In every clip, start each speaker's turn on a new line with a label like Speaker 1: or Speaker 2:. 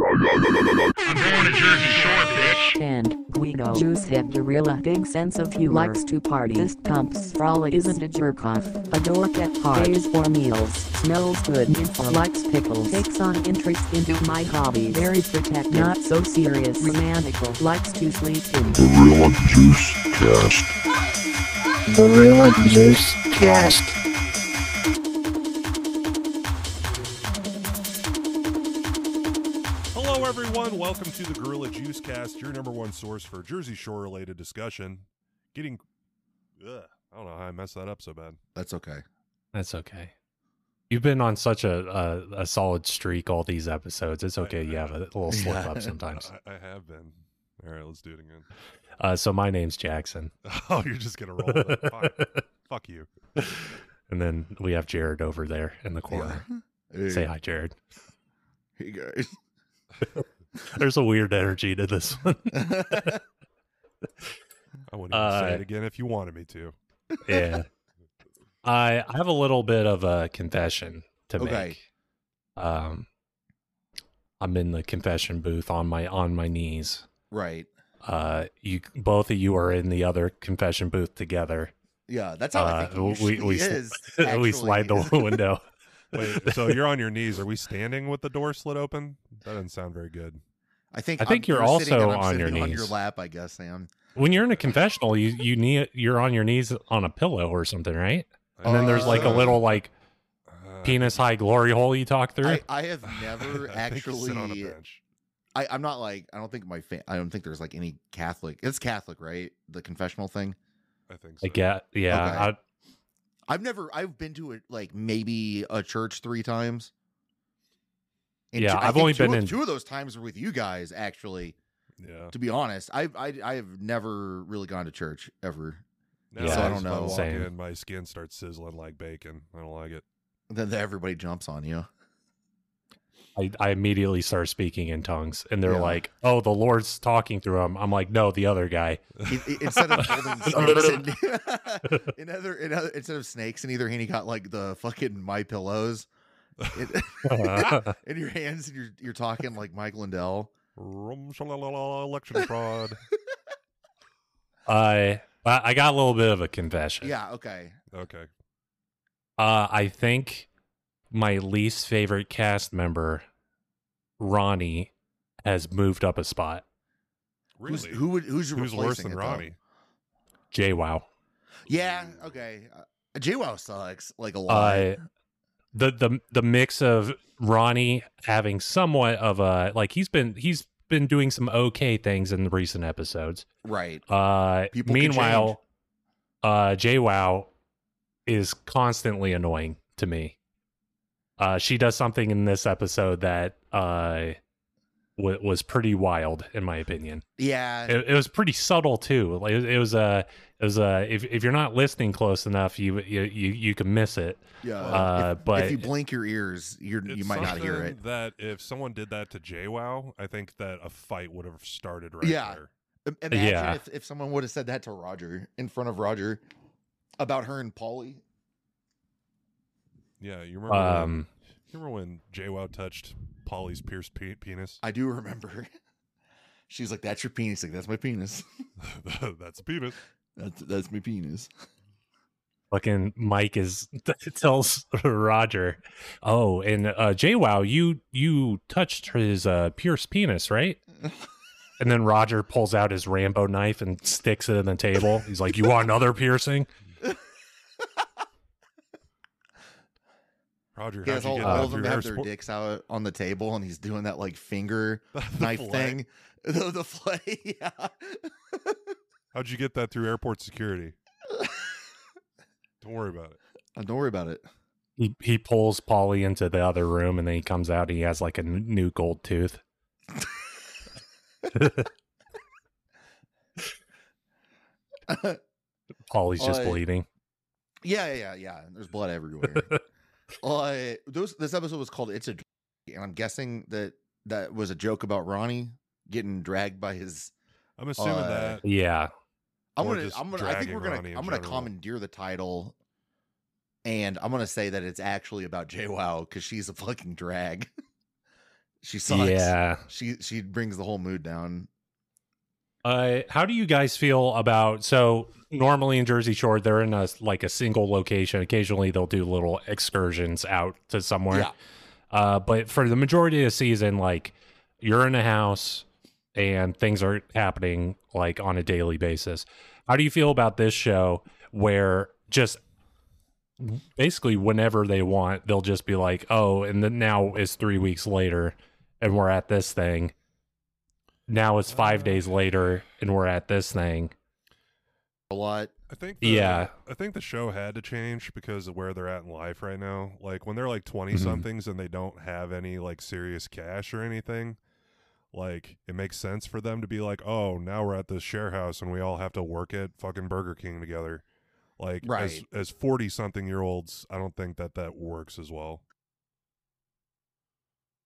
Speaker 1: I'm going to Jersey Shore, bitch.
Speaker 2: And Guido Juice had a really big sense of humor. Likes to party. This pumps frolic isn't a jerk off. A dork at heart. Pays for meals. Smells good. Info likes pickles. Takes on interest into my hobby. Very protective. Not so serious. Romantical. Likes to sleep in.
Speaker 3: Gorilla Juice Cast.
Speaker 4: Gorilla Juice Cast.
Speaker 5: Hello, everyone. Welcome to the Gorilla Juice Cast, your number one source for Jersey Shore related discussion. Getting. Ugh, I don't know how I messed that up so bad.
Speaker 6: That's okay.
Speaker 7: That's okay. You've been on such a a, a solid streak all these episodes. It's
Speaker 5: I-
Speaker 7: okay. You have a little slip up sometimes.
Speaker 5: I, I have been. All right, let's do it again.
Speaker 7: Uh, so my name's Jackson,
Speaker 5: Oh, you're just going to roll with it. Fine. Fuck you.
Speaker 7: and then we have Jared over there in the corner.
Speaker 6: Hey,
Speaker 7: Say hi, Jared.
Speaker 6: hey guys.
Speaker 7: There's a weird energy to this one.
Speaker 5: I wouldn't even say
Speaker 7: Uh,
Speaker 5: it again if you wanted me to.
Speaker 7: yeah. I I have a little bit of a confession to
Speaker 6: Okay.
Speaker 7: make. Um, I'm in the confession booth on my on my knees.
Speaker 6: right.
Speaker 7: Uh, you both of you are in the other confession booth together.
Speaker 6: Yeah, that's how I
Speaker 7: Uh,
Speaker 6: think it
Speaker 7: we-
Speaker 6: usually
Speaker 7: we sl-
Speaker 6: is.
Speaker 7: we slide the
Speaker 6: actually.
Speaker 7: window.
Speaker 5: Wait, so you're on your knees. Are we standing with the door slit open? That doesn't sound very good.
Speaker 6: I think
Speaker 7: I
Speaker 6: I'm-
Speaker 7: think you're
Speaker 6: sitting
Speaker 7: also
Speaker 6: and I'm
Speaker 7: on
Speaker 6: sitting
Speaker 7: your
Speaker 6: on your
Speaker 7: knees.
Speaker 6: lap, I guess, Sam.
Speaker 7: When you're in a confessional, you you knee you're on your knees on a pillow or something, right? And then there's like a
Speaker 5: Oh.
Speaker 6: Uh,
Speaker 7: little like
Speaker 5: Uh,
Speaker 7: penis high glory hole you talk through.
Speaker 6: I, I have never
Speaker 5: I think you
Speaker 6: actually.
Speaker 5: sit on a bench.
Speaker 6: I, I'm not like I don't think my fa- I don't think there's like any Catholic. It's Catholic, right? The confessional thing.
Speaker 5: I think so.
Speaker 7: I get yeah.
Speaker 6: Okay.
Speaker 7: I,
Speaker 6: I've never. I've been to it like maybe a church three times. And
Speaker 7: Yeah,
Speaker 6: two- I
Speaker 7: I've
Speaker 6: think
Speaker 7: only
Speaker 6: two
Speaker 7: been
Speaker 6: of-
Speaker 7: in-
Speaker 6: two of those times were with you guys. Actually,
Speaker 5: Yeah.
Speaker 6: to be honest, I I I have never really gone to church ever.
Speaker 5: Now
Speaker 7: Yeah,
Speaker 6: so I
Speaker 5: just
Speaker 6: don't
Speaker 5: if
Speaker 6: know.
Speaker 5: walk
Speaker 7: Same.
Speaker 5: in, my skin starts sizzling like bacon. I don't like it.
Speaker 6: Then everybody jumps on you.
Speaker 7: I I immediately start speaking in tongues, and they're
Speaker 6: Yeah.
Speaker 7: like, "Oh, the Lord's talking through him." I'm like, "No, the other guy."
Speaker 6: I- I- E, instead of holding snakes in, in other, in other instead of snakes in either hand, you got like the fucking my pillows in, in your hands, and you're you're talking like Mike Lindell.
Speaker 5: Rum shalalala, election fraud.
Speaker 7: I I I got a little bit of a confession.
Speaker 6: Yeah, okay.
Speaker 5: Okay.
Speaker 7: Uh, I think my least favorite cast member, Ronnie, has moved up a spot.
Speaker 6: Who's,
Speaker 5: Really?
Speaker 6: who would who's your
Speaker 5: Who's worse
Speaker 6: replacing
Speaker 5: than
Speaker 6: it, though?
Speaker 5: Ronnie?
Speaker 7: Jay Wow.
Speaker 6: Yeah, okay. Uh, JWoww sucks like a lot.
Speaker 7: Uh, the the the mix of Ronnie having somewhat of a like he's been he's been doing some okay things in the recent episodes.
Speaker 6: right.
Speaker 7: Uh,
Speaker 6: People can
Speaker 7: meanwhile, uh, Jay Wow is constantly annoying to me. Uh, she does something in this episode that uh, w- was pretty wild, in my opinion.
Speaker 6: Yeah.
Speaker 7: It, it was pretty subtle too. Like it, was a, it was a. If if you're not listening close enough, you you you, you can miss it.
Speaker 6: yeah.
Speaker 7: Uh,
Speaker 6: if,
Speaker 7: but
Speaker 6: if you blink your ears, you're you
Speaker 5: It's
Speaker 6: might not hear it.
Speaker 5: something That if someone did that to JWoww, I think that a fight would have started right
Speaker 6: Yeah.
Speaker 5: there.
Speaker 6: Im- Imagine
Speaker 7: Yeah.
Speaker 6: if, if someone would have said that to Roger in front of Roger about her and Polly.
Speaker 5: Yeah. You remember? when,
Speaker 7: Um,
Speaker 5: you remember when JWoww touched Polly's pierced pe- penis?
Speaker 6: I do remember. She's like, "That's your penis." Like, that's my penis.
Speaker 5: That's a penis.
Speaker 6: That's that's my penis.
Speaker 7: fucking Mike is tells Roger, "Oh, and uh, JWoww, you you touched his uh, pierced penis, right?" And then Roger pulls out his Rambo knife and sticks it in the table. He's like, "You want another piercing?"
Speaker 5: Roger,
Speaker 6: He
Speaker 5: how'd
Speaker 6: has
Speaker 5: you
Speaker 6: all,
Speaker 5: get
Speaker 6: all
Speaker 5: out
Speaker 6: of
Speaker 5: of
Speaker 6: them
Speaker 5: your hair
Speaker 6: have their
Speaker 5: sport-
Speaker 6: dicks out on the table, and he's doing that like finger
Speaker 5: the
Speaker 6: knife
Speaker 5: fillet?
Speaker 6: thing, the, the fillet. Yeah, Uh,
Speaker 5: How'd you get that through airport security? Don't worry about it.
Speaker 6: Uh, don't worry about it.
Speaker 7: He he pulls Polly into the other room, and then he comes out. and He has like a n- new gold tooth. Polly's just
Speaker 6: Like-
Speaker 7: bleeding.
Speaker 6: yeah, yeah, yeah, yeah. There's blood everywhere. uh, those this episode was called "It's a," Drag," and I'm guessing that that was a joke about Ronnie getting dragged by his.
Speaker 5: I'm assuming
Speaker 6: Uh,
Speaker 5: that
Speaker 7: Yeah,
Speaker 6: I'm
Speaker 5: Or
Speaker 6: gonna,
Speaker 5: just
Speaker 6: I'm gonna, I think
Speaker 5: dragging
Speaker 6: we're gonna,
Speaker 5: Ronnie in
Speaker 6: I'm gonna
Speaker 5: general.
Speaker 6: commandeer the title, and I'm gonna say that it's actually about JWoww because she's a fucking drag. She sucks.
Speaker 7: Yeah.
Speaker 6: She she brings the whole mood down.
Speaker 7: Uh, how do you guys feel about so normally in Jersey Shore they're in a like a single location. Occasionally they'll do little excursions out to somewhere.
Speaker 6: Yeah.
Speaker 7: Uh, but for the majority of the season, like you're in a house and things are happening like on a daily basis. How do you feel about this show where just basically whenever they want, they'll just be like, oh, and then now it's three weeks later and we're at this thing. Now it's five days later and we're at this thing.
Speaker 6: A lot.
Speaker 5: I think the,
Speaker 7: Yeah.
Speaker 5: I think the show had to change because of where they're at in life right now. Like when they're like 20
Speaker 7: Mhm.
Speaker 5: somethings and they don't have any like serious cash or anything, like it makes sense for them to be like, "Oh, now we're at this share house and we all have to work at fucking Burger King together." Like as
Speaker 6: Right.
Speaker 5: as 40 something year olds, I don't think that that works as well.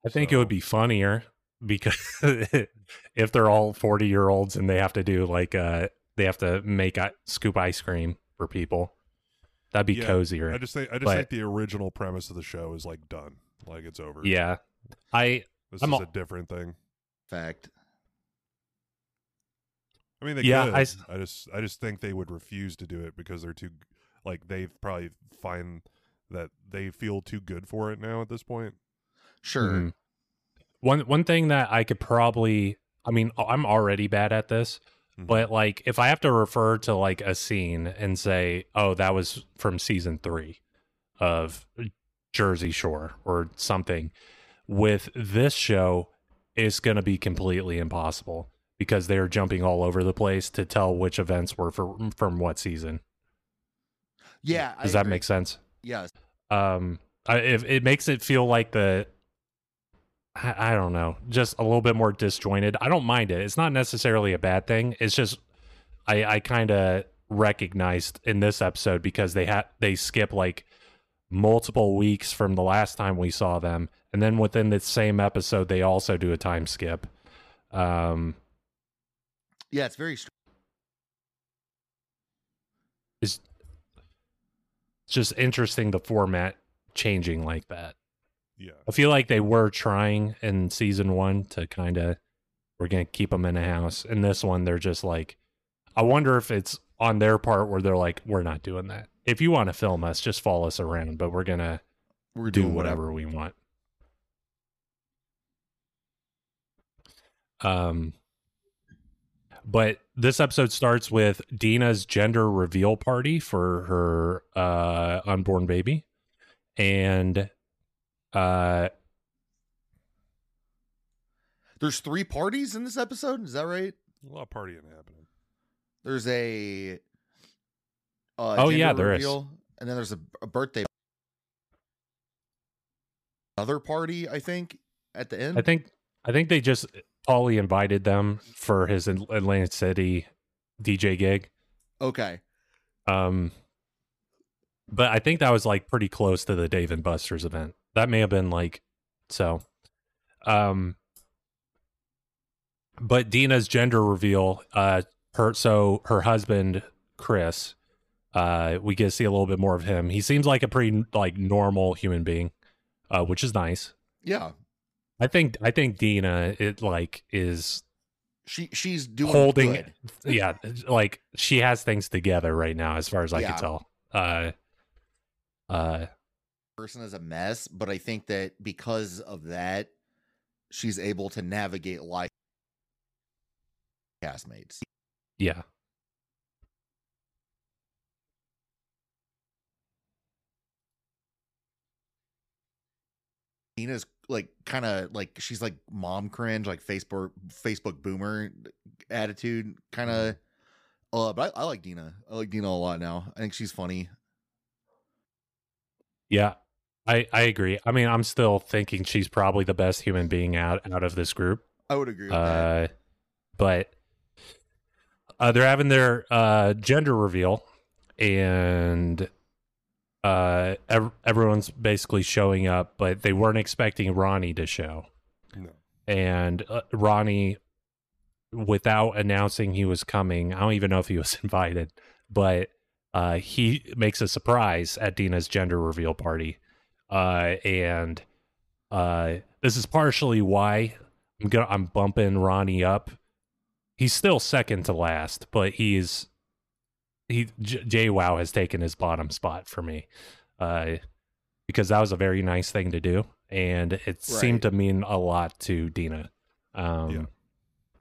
Speaker 7: I think it would be funnier because if they're all 40 year olds and they have to do like uh they have to make I- scoop ice cream for people that'd be
Speaker 5: Yeah,
Speaker 7: cozier
Speaker 5: I just think I just
Speaker 7: But-
Speaker 5: think the original premise of the show is like done. Like it's over.
Speaker 7: yeah i
Speaker 5: This
Speaker 7: I'm
Speaker 5: is
Speaker 7: al-
Speaker 5: a different thing.
Speaker 6: Fact.
Speaker 5: I mean, they
Speaker 7: Yeah,
Speaker 5: could.
Speaker 7: I s-
Speaker 5: I, just, I just think they would refuse to do it because they're too, like, they probably find that they feel too good for it now at this point.
Speaker 6: Sure.
Speaker 7: Mhm. One one thing that I could probably I mean I'm already bad at this,
Speaker 6: Mm-hmm.
Speaker 5: Mhm.
Speaker 7: but like if I have to refer to like a scene and say, "Oh, that was from season 3 of Jersey Shore or something." With this show, it's going to be completely impossible because they're jumping all over the place to tell which events were from from what season.
Speaker 6: Yeah.
Speaker 7: Does that make sense?
Speaker 6: Yes.
Speaker 7: um I, if it makes it feel like the I, I don't know just a little bit more disjointed i don't mind it it's not necessarily a bad thing it's just i i kind of recognized in this episode because they had they skip like multiple weeks from the last time we saw them and then within the same episode they also do a time skip um
Speaker 6: Yeah, it's very. str-
Speaker 7: it's just interesting the format changing like that
Speaker 5: Yeah.
Speaker 7: I feel like they were trying in season one to kind of we're gonna keep them in a house. In this one, they're just like, I wonder if it's on their part where they're like, we're not doing that. If you want to film us, just follow us around, but we're gonna
Speaker 6: We're
Speaker 7: do
Speaker 6: doing
Speaker 7: whatever we want. Um, but this episode starts with Dina's gender reveal party for her uh, unborn baby, and uh,
Speaker 6: There's three parties in this episode. Is that right?
Speaker 5: A lot of partying happening.
Speaker 6: There's a. Uh,
Speaker 7: Oh,
Speaker 6: gender
Speaker 7: yeah, there is.
Speaker 6: reveal, And then there's a, a birthday. Another party, I think, at the end.
Speaker 7: I think I think they just Paulie invited them for his Atl- Atlantic City DJ gig.
Speaker 6: Okay.
Speaker 7: Um, but I think that was like pretty close to the Dave and Buster's event. That may have been like so. Um, but Dina's gender reveal. Uh, her so her husband Chris. Uh, we get to see a little bit more of him. He seems like a pretty like normal human being, uh, which is nice.
Speaker 6: Yeah.
Speaker 7: I think I think Dina it like is
Speaker 6: She she's doing
Speaker 7: Holding-
Speaker 6: good.
Speaker 7: yeah, like she has things together right now, as far as I can
Speaker 6: Yeah.
Speaker 7: tell. Uh, uh,
Speaker 6: person is a mess, but I think that because of that, she's able to navigate life. Castmates.
Speaker 7: yeah.
Speaker 6: Nina's like kind of like she's like mom cringe, like Facebook Facebook boomer attitude kind of.
Speaker 7: Mm-hmm.
Speaker 6: Uh, but I, I like Dina. I like Dina a lot now. I think she's funny.
Speaker 7: Yeah, I I agree. I mean, I'm still thinking she's probably the best human being out out of this group.
Speaker 6: I would agree with that.
Speaker 7: Uh, but uh, they're having their uh gender reveal, and uh, ev- everyone's basically showing up, but they weren't expecting Ronnie to show.
Speaker 5: No.
Speaker 7: and uh, Ronnie, without announcing he was coming, I don't even know if he was invited, but uh, he makes a surprise at Dina's gender reveal party, uh, and uh, This is partially why I'm gonna I'm bumping Ronnie up. He's still second to last, but he's he J- Jay Wow has taken his bottom spot for me. Uh because that was a very nice thing to do and it seemed to mean a lot to Dina. Um
Speaker 5: Yeah.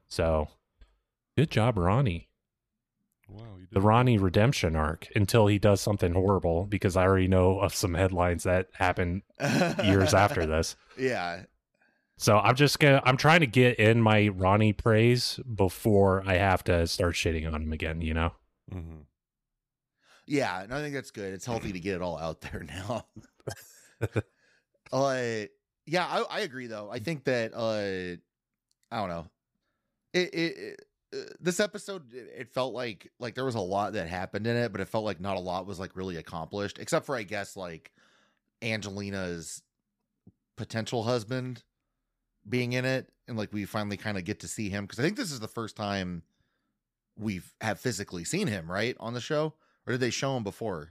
Speaker 7: so good job Ronnie
Speaker 5: Wow, you did.
Speaker 7: the Ronnie redemption arc until he does something horrible because I already know of some headlines that happened Uh, years after this.
Speaker 6: Yeah.
Speaker 7: So I'm just gonna I'm trying to get in my Ronnie praise before I have to start shitting on him again, you know?
Speaker 5: Mhm.
Speaker 6: Yeah. And I think that's good. It's healthy to get it all out there now. uh, yeah, I, I agree though. I think that uh, I don't know. It, it, it uh, this episode it, it felt like like there was a lot that happened in it, but it felt like not a lot was like really accomplished, except for I guess like Angelina's potential husband being in it, and like we finally kind of get to see him because I think this is the first time we've have physically seen him right on the show, or did they show him before?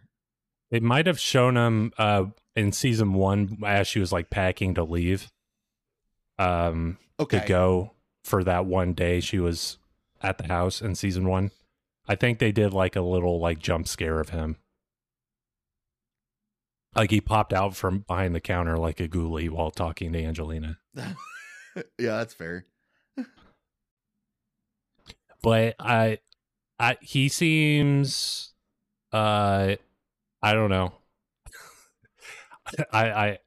Speaker 7: It might have shown him uh in season one as she was like packing to leave. Um
Speaker 6: Okay,
Speaker 7: to go for that one day she was at the house in season one. I think they did like a little like jump scare of him. Like he popped out from behind the counter like a ghoulie while talking to Angelina.
Speaker 6: yeah, that's fair.
Speaker 7: But I I he seems uh I don't know. I I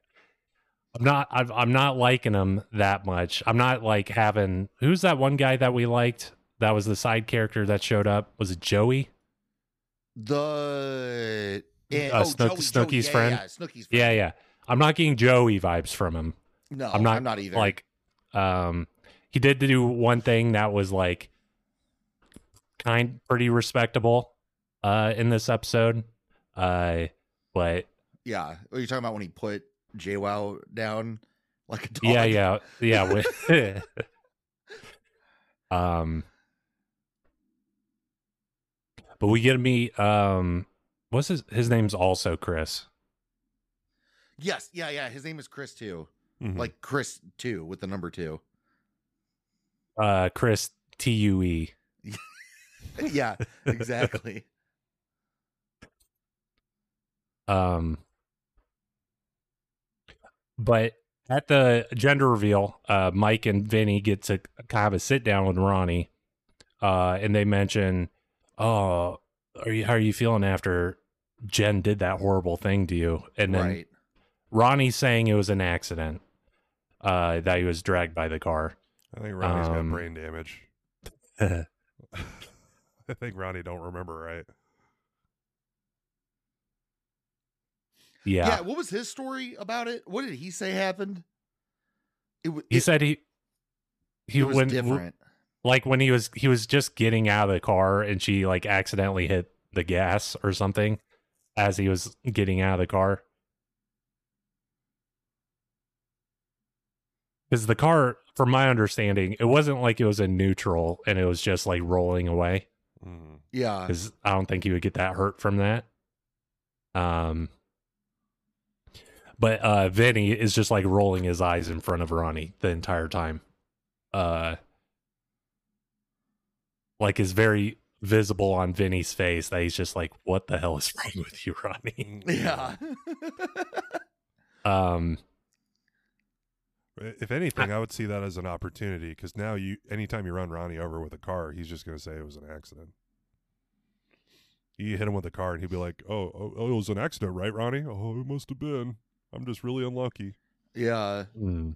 Speaker 7: I'm not I've, I'm not liking him that much. I'm not like having who's that one guy that we liked? That was the side character that showed up. Was it Joey?
Speaker 6: The eh,
Speaker 7: Uh, Snook- Snooki's
Speaker 6: yeah,
Speaker 7: friend?
Speaker 6: yeah, Snooki's friend.
Speaker 7: Yeah, yeah. I'm not getting Joey vibes from him.
Speaker 6: No,
Speaker 7: I'm not,
Speaker 6: either.
Speaker 7: Like, um, he did do one thing that was like kind, pretty respectable, uh, in this episode. Uh, but
Speaker 6: yeah, what are you talking about when he put JWoww down like a dog?
Speaker 7: yeah, yeah, yeah. wi- um, but we get to meet. Um, what's his his name's also Chris.
Speaker 6: Yes, yeah, yeah. His name is Chris too,
Speaker 7: Mm.
Speaker 5: Mhm.
Speaker 6: like Chris two with the number two.
Speaker 7: Uh, Chris T U E.
Speaker 6: yeah, exactly.
Speaker 7: Um, but at the gender reveal, uh, Mike and Vinny get to kind of a sit down with Ronnie, uh, and they mention, "Oh, are you how are you feeling after Jen did that horrible thing to you?" And then
Speaker 6: right.
Speaker 7: Ronnie saying it was an accident, uh, that he was dragged by the car.
Speaker 5: I think Ronnie's
Speaker 7: Um,
Speaker 5: got brain damage. I think Ronnie don't remember right.
Speaker 6: Yeah.
Speaker 7: yeah,
Speaker 6: What was his story about it? What did he say happened? It, w-
Speaker 7: he
Speaker 6: it-
Speaker 7: said he he
Speaker 6: it was
Speaker 7: went
Speaker 6: different.
Speaker 7: like when he was he was just getting out of the car and she like accidentally hit the gas or something as he was getting out of the car because the car from my understanding it wasn't like it was in neutral and it was just like rolling away
Speaker 5: Mhm.
Speaker 6: Yeah.
Speaker 7: because i don't think he would get that hurt from that um but uh vinny is just like rolling his eyes in front of ronnie the entire time uh like is very visible on vinny's face that he's just like what the hell is wrong with you ronnie
Speaker 6: Yeah.
Speaker 7: um
Speaker 5: If anything, I would see that as an opportunity because now you, anytime you run Ronnie over with a car, he's just going to say it was an accident. You hit him with a car, and he'd be like, "Oh, oh, oh, it was an accident, right, Ronnie? Oh, it must have been. I'm just really unlucky."
Speaker 6: yeah.
Speaker 7: mm,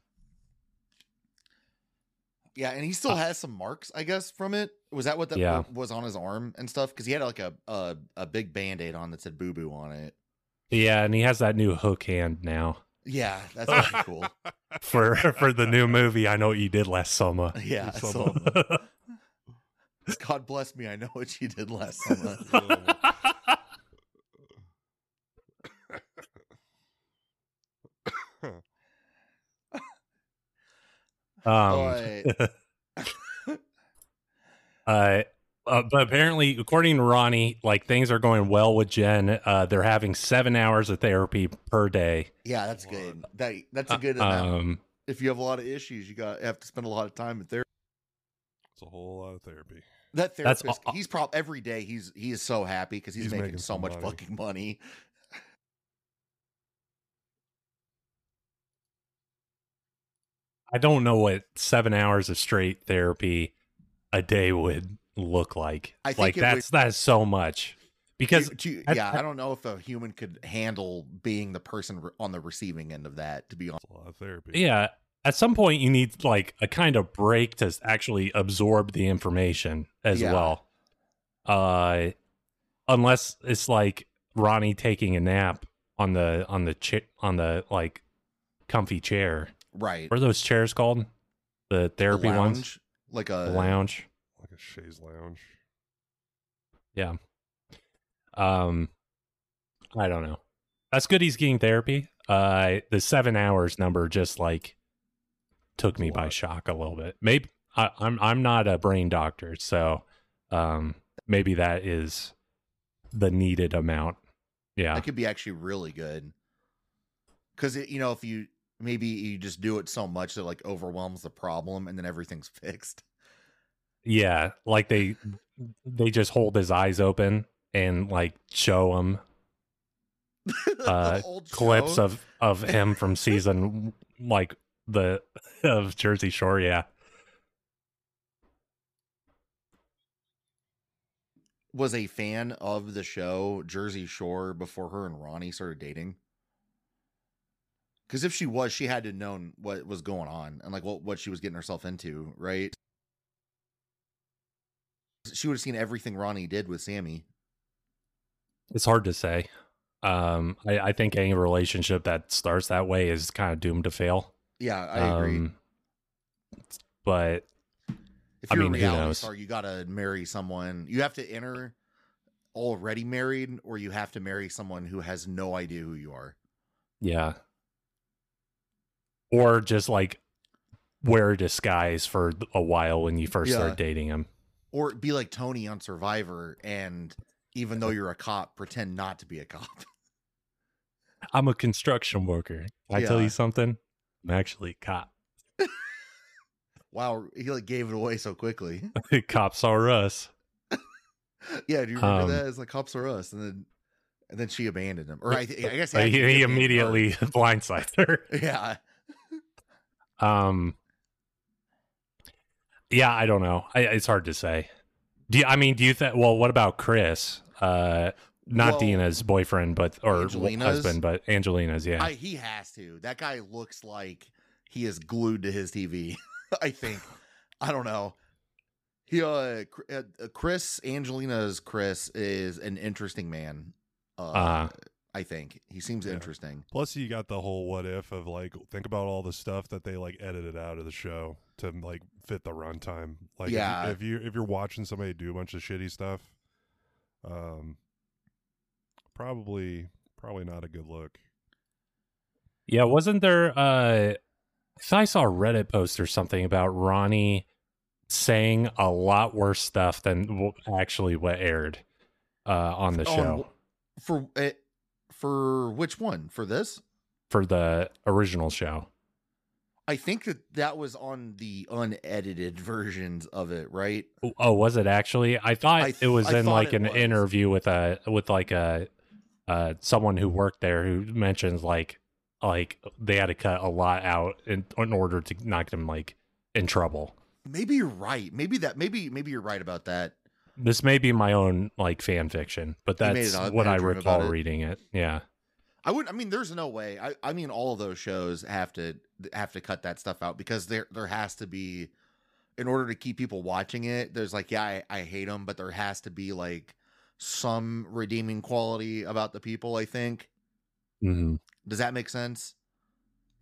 Speaker 6: Yeah, and he still has some marks, I guess, from it. Was that what that
Speaker 7: Uh, Yeah.
Speaker 6: wa- was on his arm and stuff? Because he had like a a, a big band aid on that said boo boo on it.
Speaker 7: yeah and he has that new hook hand now
Speaker 6: Yeah, that's
Speaker 7: Oh.
Speaker 6: actually cool.
Speaker 7: for for the new movie i know what you did last summer
Speaker 6: Yeah, so,
Speaker 5: Something.
Speaker 6: God bless me. I know what you did last summer.
Speaker 7: um,
Speaker 6: But
Speaker 7: uh, uh, but apparently, according to Ronnie, like things are going well with Jen. Uh, they're having seven hours of therapy per day.
Speaker 6: yeah, that's good. That that's a good amount.
Speaker 7: Uh, Um,
Speaker 6: If you have a lot of issues, you got have to spend a lot of time in therapy.
Speaker 5: It's a whole lot of therapy.
Speaker 6: That
Speaker 7: That's
Speaker 6: therapist,
Speaker 7: aw-
Speaker 6: he's probably every day. He's he is so happy because he's,
Speaker 5: He's
Speaker 6: making,
Speaker 5: making
Speaker 6: so
Speaker 5: some
Speaker 6: much
Speaker 5: money.
Speaker 6: fucking money.
Speaker 7: I don't know what seven hours of straight therapy a day would look like.
Speaker 6: I think
Speaker 7: like
Speaker 6: it would-
Speaker 7: that's that's so much because
Speaker 6: Do- do-
Speaker 7: I-
Speaker 6: yeah, I don't know if a human could handle being the person re- on the receiving end of that. To be honest,
Speaker 5: It's a lot of therapy.
Speaker 7: yeah, at some point you need like a kind of break to actually absorb the information as
Speaker 6: Yeah.
Speaker 7: well. Uh, unless it's like Ronnie taking a nap on the on the cha- on the like comfy chair.
Speaker 6: right?
Speaker 7: What are those chairs called? The
Speaker 6: A
Speaker 7: therapy ones,
Speaker 6: lounge, Uh, like a
Speaker 7: the lounge.
Speaker 5: Like a chaise lounge.
Speaker 7: Um, I don't know. That's good. He's getting therapy. Uh, the seven hours number just like took me
Speaker 5: That's a
Speaker 7: by
Speaker 5: lot.
Speaker 7: shock a little bit. Maybe I, I'm I'm not a brain doctor, so um, maybe that is the needed amount. Yeah,
Speaker 6: that could be actually really good. Because you know, if you maybe you just do it so much that like overwhelms the problem, and then everything's fixed.
Speaker 7: yeah. Like they they just hold his eyes open and like show him
Speaker 6: The
Speaker 7: Uh,
Speaker 6: whole
Speaker 7: clips
Speaker 6: show.
Speaker 7: of of him from season like the of Jersey Shore. Yeah.
Speaker 6: was a fan of the show Jersey Shore before her and Ronnie started dating. Because if she was, she had to known what was going on and like what what she was getting herself into, right? She would have seen everything Ronnie did with Sammy.
Speaker 7: It's hard to say. Um, I, I think any relationship that starts that way is kind of doomed to fail.
Speaker 6: Yeah, I agree.
Speaker 7: Um, but
Speaker 6: If
Speaker 7: I
Speaker 6: you're
Speaker 7: mean,
Speaker 6: a
Speaker 7: who
Speaker 6: reality
Speaker 7: knows?
Speaker 6: star, you gotta marry someone. You have to enter already married, or you have to marry someone who has no idea who you are.
Speaker 7: yeah, or just like wear a disguise for a while when you first
Speaker 6: Yeah.
Speaker 7: start dating him.
Speaker 6: Or be like Tony on Survivor and even though you're a cop, pretend not to be a cop.
Speaker 7: I'm a construction worker. Can I tell
Speaker 6: Yeah.
Speaker 7: you something. I'm actually a cop.
Speaker 6: Wow, he like gave it away so quickly.
Speaker 7: Cops are us.
Speaker 6: yeah, do you remember
Speaker 7: Um,
Speaker 6: that? It's like cops are us, and then and then she abandoned him. Or I, thi- I guess
Speaker 7: Like, he,
Speaker 6: actually abandoned
Speaker 7: he
Speaker 6: her.
Speaker 7: immediately blindsides her.
Speaker 6: Yeah,
Speaker 7: Um. Yeah, I don't know. I, it's hard to say. Do you, I mean? Do you think? Well, what about Chris? Uh, not
Speaker 6: Well,
Speaker 7: Dina's boyfriend, but or
Speaker 6: Angelina's?
Speaker 7: husband, but Angelina's. Yeah,
Speaker 6: I, he has to. That guy looks like he is glued to his TV. I think. I don't know. He, uh, Cr- uh, uh, Chris Angelina's Chris is an interesting man. Uh,
Speaker 7: Uh-huh.
Speaker 6: I think he seems
Speaker 5: Yeah.
Speaker 6: interesting.
Speaker 5: Plus, you got the whole what if of like, think about all the stuff that they like edited out of the show to like fit the runtime. Like, if you-
Speaker 6: Yeah.
Speaker 5: if, you if you're watching somebody do a bunch of shitty stuff, um, probably probably not a good look.
Speaker 7: yeah. Wasn't there? Uh, I thought I saw a Reddit post or something about Ronnie saying a lot worse stuff than w- actually what aired uh, on the
Speaker 6: On
Speaker 7: show
Speaker 6: w- for it, for which one? For this?
Speaker 7: for the original show.
Speaker 6: I think that that was on the unedited versions of it, right?
Speaker 7: Oh, was it actually? I thought
Speaker 6: I th-
Speaker 7: it was
Speaker 6: I
Speaker 7: in
Speaker 6: thought
Speaker 7: like
Speaker 6: it
Speaker 7: an
Speaker 6: was.
Speaker 7: interview with a with like a uh someone who worked there who mentions like like they had to cut a lot out in, in order to not get him like in trouble.
Speaker 6: Maybe you're right. Maybe that. Maybe maybe you're right about that.
Speaker 7: This may be my own like fan fiction, but
Speaker 6: You made
Speaker 7: that's
Speaker 6: it up,
Speaker 7: what
Speaker 6: you
Speaker 7: I
Speaker 6: dream
Speaker 7: recall
Speaker 6: about it.
Speaker 7: reading it. Yeah.
Speaker 6: I would. I mean, there's no way. I, I mean, all of those shows have to have to cut that stuff out because there there has to be, in order to keep people watching it. There's like, yeah, I, I hate them, but there has to be like some redeeming quality about the people. I think.
Speaker 7: hmm
Speaker 6: Does that make sense?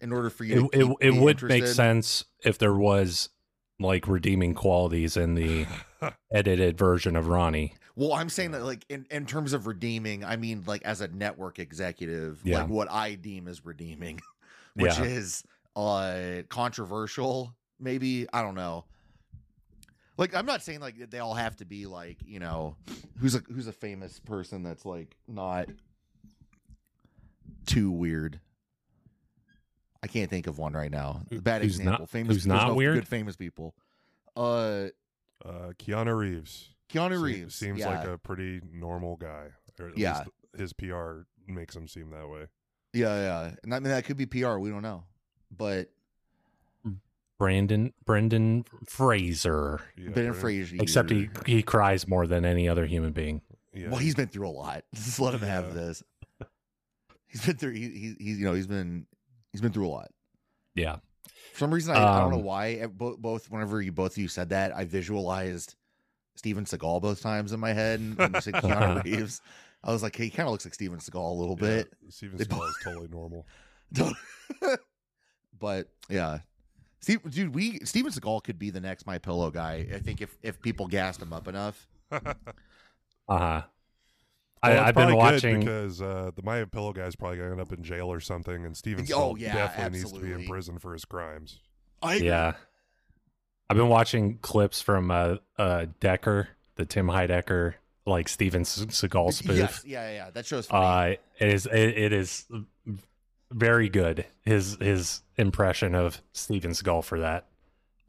Speaker 6: In order for
Speaker 7: It
Speaker 6: you, to
Speaker 7: it,
Speaker 6: keep
Speaker 7: it
Speaker 6: me
Speaker 7: would make
Speaker 6: interested?
Speaker 7: sense if there was like redeeming qualities in the edited version of Ronnie.
Speaker 6: Well, I'm saying that like in, in terms of redeeming, I mean like as a network executive,
Speaker 7: Yeah.
Speaker 6: like what I deem as redeeming, which
Speaker 7: Yeah.
Speaker 6: is uh controversial, maybe. I don't know. Like I'm not saying like that they all have to be like, you know, who's a who's a famous person that's like not too weird. I I can't think of one right now.
Speaker 7: Who-
Speaker 6: Bad
Speaker 7: who's
Speaker 6: example.
Speaker 7: not-
Speaker 6: famous.
Speaker 7: who's
Speaker 6: there's
Speaker 7: not
Speaker 6: no
Speaker 7: weird?
Speaker 6: Good famous people. Uh,
Speaker 5: Uh, Keanu Reeves.
Speaker 6: Keanu
Speaker 5: Se-
Speaker 6: Reeves
Speaker 5: seems
Speaker 6: yeah.
Speaker 5: like a pretty normal guy. Or at
Speaker 6: Yeah.
Speaker 5: least his PR makes him seem that way.
Speaker 6: yeah, yeah. And I mean that could be PR. We don't know, but
Speaker 7: Brandon Brendan Fraser.
Speaker 5: Yeah,
Speaker 6: Ben
Speaker 5: Brendan-
Speaker 6: Fraser.
Speaker 7: Except he, he cries more than any other human being.
Speaker 5: Yeah.
Speaker 6: Well, he's been through a lot. Just let him
Speaker 5: Yeah.
Speaker 6: have this. He's been through. He, he, he's you know he's been he's been through a lot.
Speaker 7: Yeah.
Speaker 6: For some reason, I, I don't know
Speaker 7: Um,
Speaker 6: why. uh, bo- Both whenever you both of you said that, I visualized Steven Seagal both times in my head, and when you said Keanu Reeves, I was like, he kind of looks like Steven Seagal a little
Speaker 5: yeah,
Speaker 6: bit.
Speaker 5: Steven
Speaker 6: they
Speaker 5: Seagal is totally normal.
Speaker 6: Don't- but yeah, Steve, dude, we Steven Seagal could be the next My Pillow guy. I think if if people gassed him up enough.
Speaker 7: Uh huh.
Speaker 5: Well, it's
Speaker 7: I've
Speaker 5: probably
Speaker 7: been
Speaker 5: good
Speaker 7: watching.
Speaker 5: because uh, the Maya Pillow guy's probably gonna end up in jail or something, and Steven
Speaker 6: Oh,
Speaker 5: Seagal
Speaker 6: yeah,
Speaker 5: definitely needs to be
Speaker 6: absolutely.
Speaker 5: in prison for his crimes.
Speaker 6: I
Speaker 7: yeah. I've been watching clips from uh, uh, Decker, the Tim Heidecker, like Steven Se- Seagal spoof.
Speaker 6: Yes, yeah, yeah, yeah. That shows. Funny.
Speaker 7: Uh, it is it, it is very good. His his impression of Steven Seagal for that.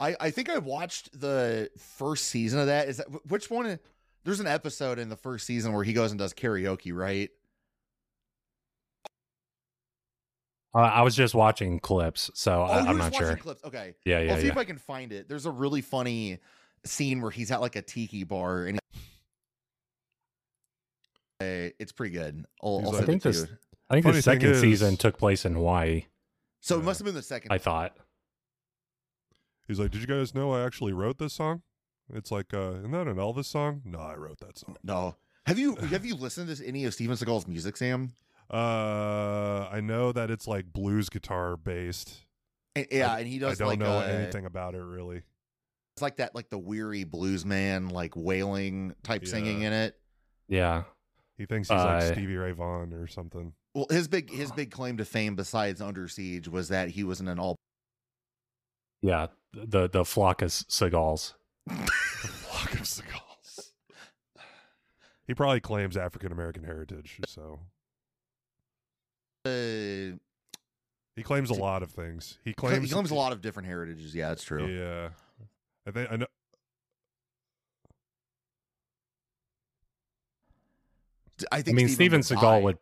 Speaker 6: I, I think I watched the first season of that. Is that wh- which one? There's an episode in the first season where he goes and does karaoke, right?
Speaker 7: Uh, I was just watching clips, so
Speaker 6: oh,
Speaker 7: I,
Speaker 6: you're just
Speaker 7: I'm not
Speaker 6: watching
Speaker 7: sure.
Speaker 6: clips. Okay,
Speaker 7: Yeah, yeah,
Speaker 6: I'll see
Speaker 7: yeah.
Speaker 6: if I can find it. There's a really funny scene where he's at like a tiki bar and. he- Uh, It's pretty good. I'll,
Speaker 5: He's
Speaker 6: I'll
Speaker 5: like-
Speaker 6: send
Speaker 7: I think
Speaker 6: it to
Speaker 7: this-
Speaker 6: you.
Speaker 7: I think
Speaker 5: Funny
Speaker 7: the
Speaker 5: thing
Speaker 7: second
Speaker 5: is-
Speaker 7: season took place in Hawaii.
Speaker 6: So it
Speaker 5: Yeah.
Speaker 6: must have been the second.
Speaker 7: I thought.
Speaker 5: He's like, "Did you guys know I actually wrote this song?" It's like, uh, "Isn't that an Elvis song?" No, I wrote that song.
Speaker 6: no. Have you have you listened to any of Steven Seagal's music, Sam?
Speaker 5: Uh, I know that it's like blues guitar based.
Speaker 6: And, yeah, and he
Speaker 5: I
Speaker 6: does
Speaker 5: don't
Speaker 6: like
Speaker 5: know
Speaker 6: uh,
Speaker 5: anything about it really.
Speaker 6: It's like that, like the weary blues man, like wailing type singing
Speaker 5: Yeah.
Speaker 6: in it.
Speaker 7: Yeah.
Speaker 5: He thinks he's like
Speaker 7: I-
Speaker 5: Stevie Ray Vaughan or something.
Speaker 6: Well, his big his big claim to fame besides Under Siege was that he was in an all.
Speaker 7: Yeah. The the flock of Seagulls.
Speaker 5: Flock
Speaker 6: Uh,
Speaker 5: of seagulls. He probably claims African American heritage, so
Speaker 6: Uh,
Speaker 5: he claims a lot of things. He
Speaker 6: claims,
Speaker 5: claims
Speaker 6: he claims a lot of different heritages. Yeah, that's true.
Speaker 5: Yeah, I think I know.
Speaker 6: I
Speaker 7: I
Speaker 6: think.
Speaker 7: mean, Steven
Speaker 6: would
Speaker 7: Seagal
Speaker 6: die.
Speaker 7: would.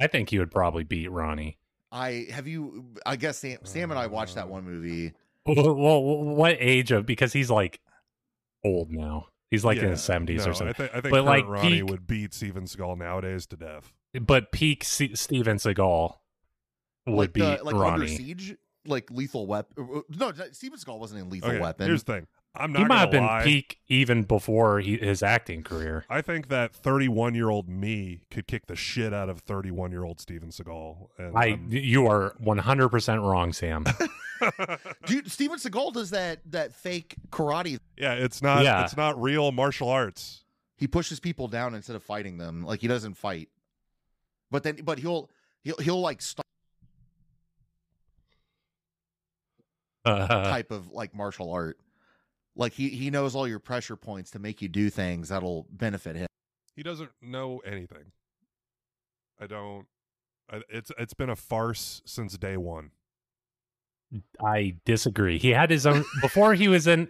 Speaker 7: I think he would probably beat Ronnie.
Speaker 6: I have you. I guess Sam, Sam and I watched that one movie.
Speaker 7: Well, well, what age of? Because he's like old now. He's like in
Speaker 5: Yeah,
Speaker 7: his seventies
Speaker 5: no,
Speaker 7: or something.
Speaker 5: I, think I think
Speaker 7: But,
Speaker 5: Kurt
Speaker 7: like,
Speaker 5: Ronnie
Speaker 7: peak-
Speaker 5: would beat Steven Seagal nowadays to death.
Speaker 7: but peak Se- Steven Seagal would
Speaker 6: like
Speaker 7: be
Speaker 6: the, like Under
Speaker 7: Ronnie.
Speaker 6: Siege, like Lethal Weapon. No, not- Steven Seagal wasn't in Lethal
Speaker 5: okay,
Speaker 6: Weapon.
Speaker 5: here's the thing. I'm not
Speaker 7: He might
Speaker 5: gonna
Speaker 7: have been
Speaker 5: lie.
Speaker 7: peak even before he, his acting career.
Speaker 5: I think that 31 year old me could kick the shit out of 31 year old Steven Seagal. And
Speaker 7: I,
Speaker 5: I'm-
Speaker 7: you are one hundred percent wrong, Sam.
Speaker 6: Dude, Steven Seagal does that that fake karate.
Speaker 5: yeah, it's not
Speaker 7: Yeah.
Speaker 5: it's not real martial arts.
Speaker 6: He pushes people down instead of fighting them. Like he doesn't fight, but then but he'll he'll he'll like stop
Speaker 7: Uh,
Speaker 6: type of like martial art. Like he he knows all your pressure points to make you do things that'll benefit him.
Speaker 5: He doesn't know anything. I don't. I, it's it's been a farce since day one.
Speaker 7: I disagree. He had his own before he was in.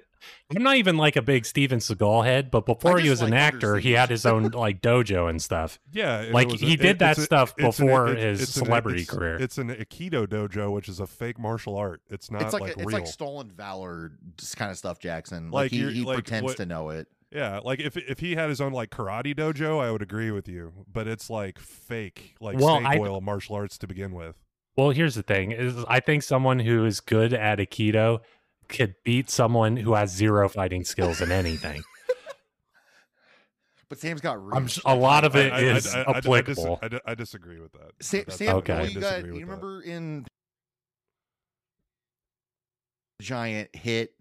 Speaker 7: I'm not even like a big Steven Seagal head, but before he
Speaker 6: just
Speaker 7: was an
Speaker 6: like Under
Speaker 7: actor, he
Speaker 6: Siege.
Speaker 7: had his own like dojo and stuff.
Speaker 5: Yeah, and it
Speaker 7: Like,
Speaker 5: was
Speaker 7: he
Speaker 5: it-
Speaker 7: did that
Speaker 5: it's a-
Speaker 7: stuff
Speaker 5: it's an-
Speaker 7: before
Speaker 5: it's-
Speaker 7: his
Speaker 5: it's an-
Speaker 7: celebrity
Speaker 5: it's-
Speaker 7: career.
Speaker 5: It's an aikido dojo, which is a fake martial art. It's not
Speaker 6: it's like, a- it's
Speaker 5: real.
Speaker 6: like stolen valor just kind of stuff, Jackson.
Speaker 5: Like
Speaker 6: Like, he,
Speaker 5: you're-
Speaker 6: he
Speaker 5: like
Speaker 6: pretends
Speaker 5: what-
Speaker 6: to know it.
Speaker 5: yeah, like if if he had his own like karate dojo, I would agree with you. But it's like fake, like
Speaker 7: Well,
Speaker 5: snake
Speaker 7: I-
Speaker 5: oil martial arts to begin with.
Speaker 7: Well, here's the thing: is I think someone who is good at aikido could beat someone who has zero fighting skills in anything.
Speaker 6: But Sam's got reach.
Speaker 7: I'm s- a lot of it
Speaker 5: I- I-
Speaker 7: is
Speaker 5: I- I- I dis-
Speaker 7: applicable.
Speaker 5: I, di- I disagree with that.
Speaker 6: Sam,
Speaker 5: That's-
Speaker 6: Sam
Speaker 7: Okay.
Speaker 5: I
Speaker 6: well, you got
Speaker 5: disagree
Speaker 6: you
Speaker 5: with that.
Speaker 6: remember in Giant hit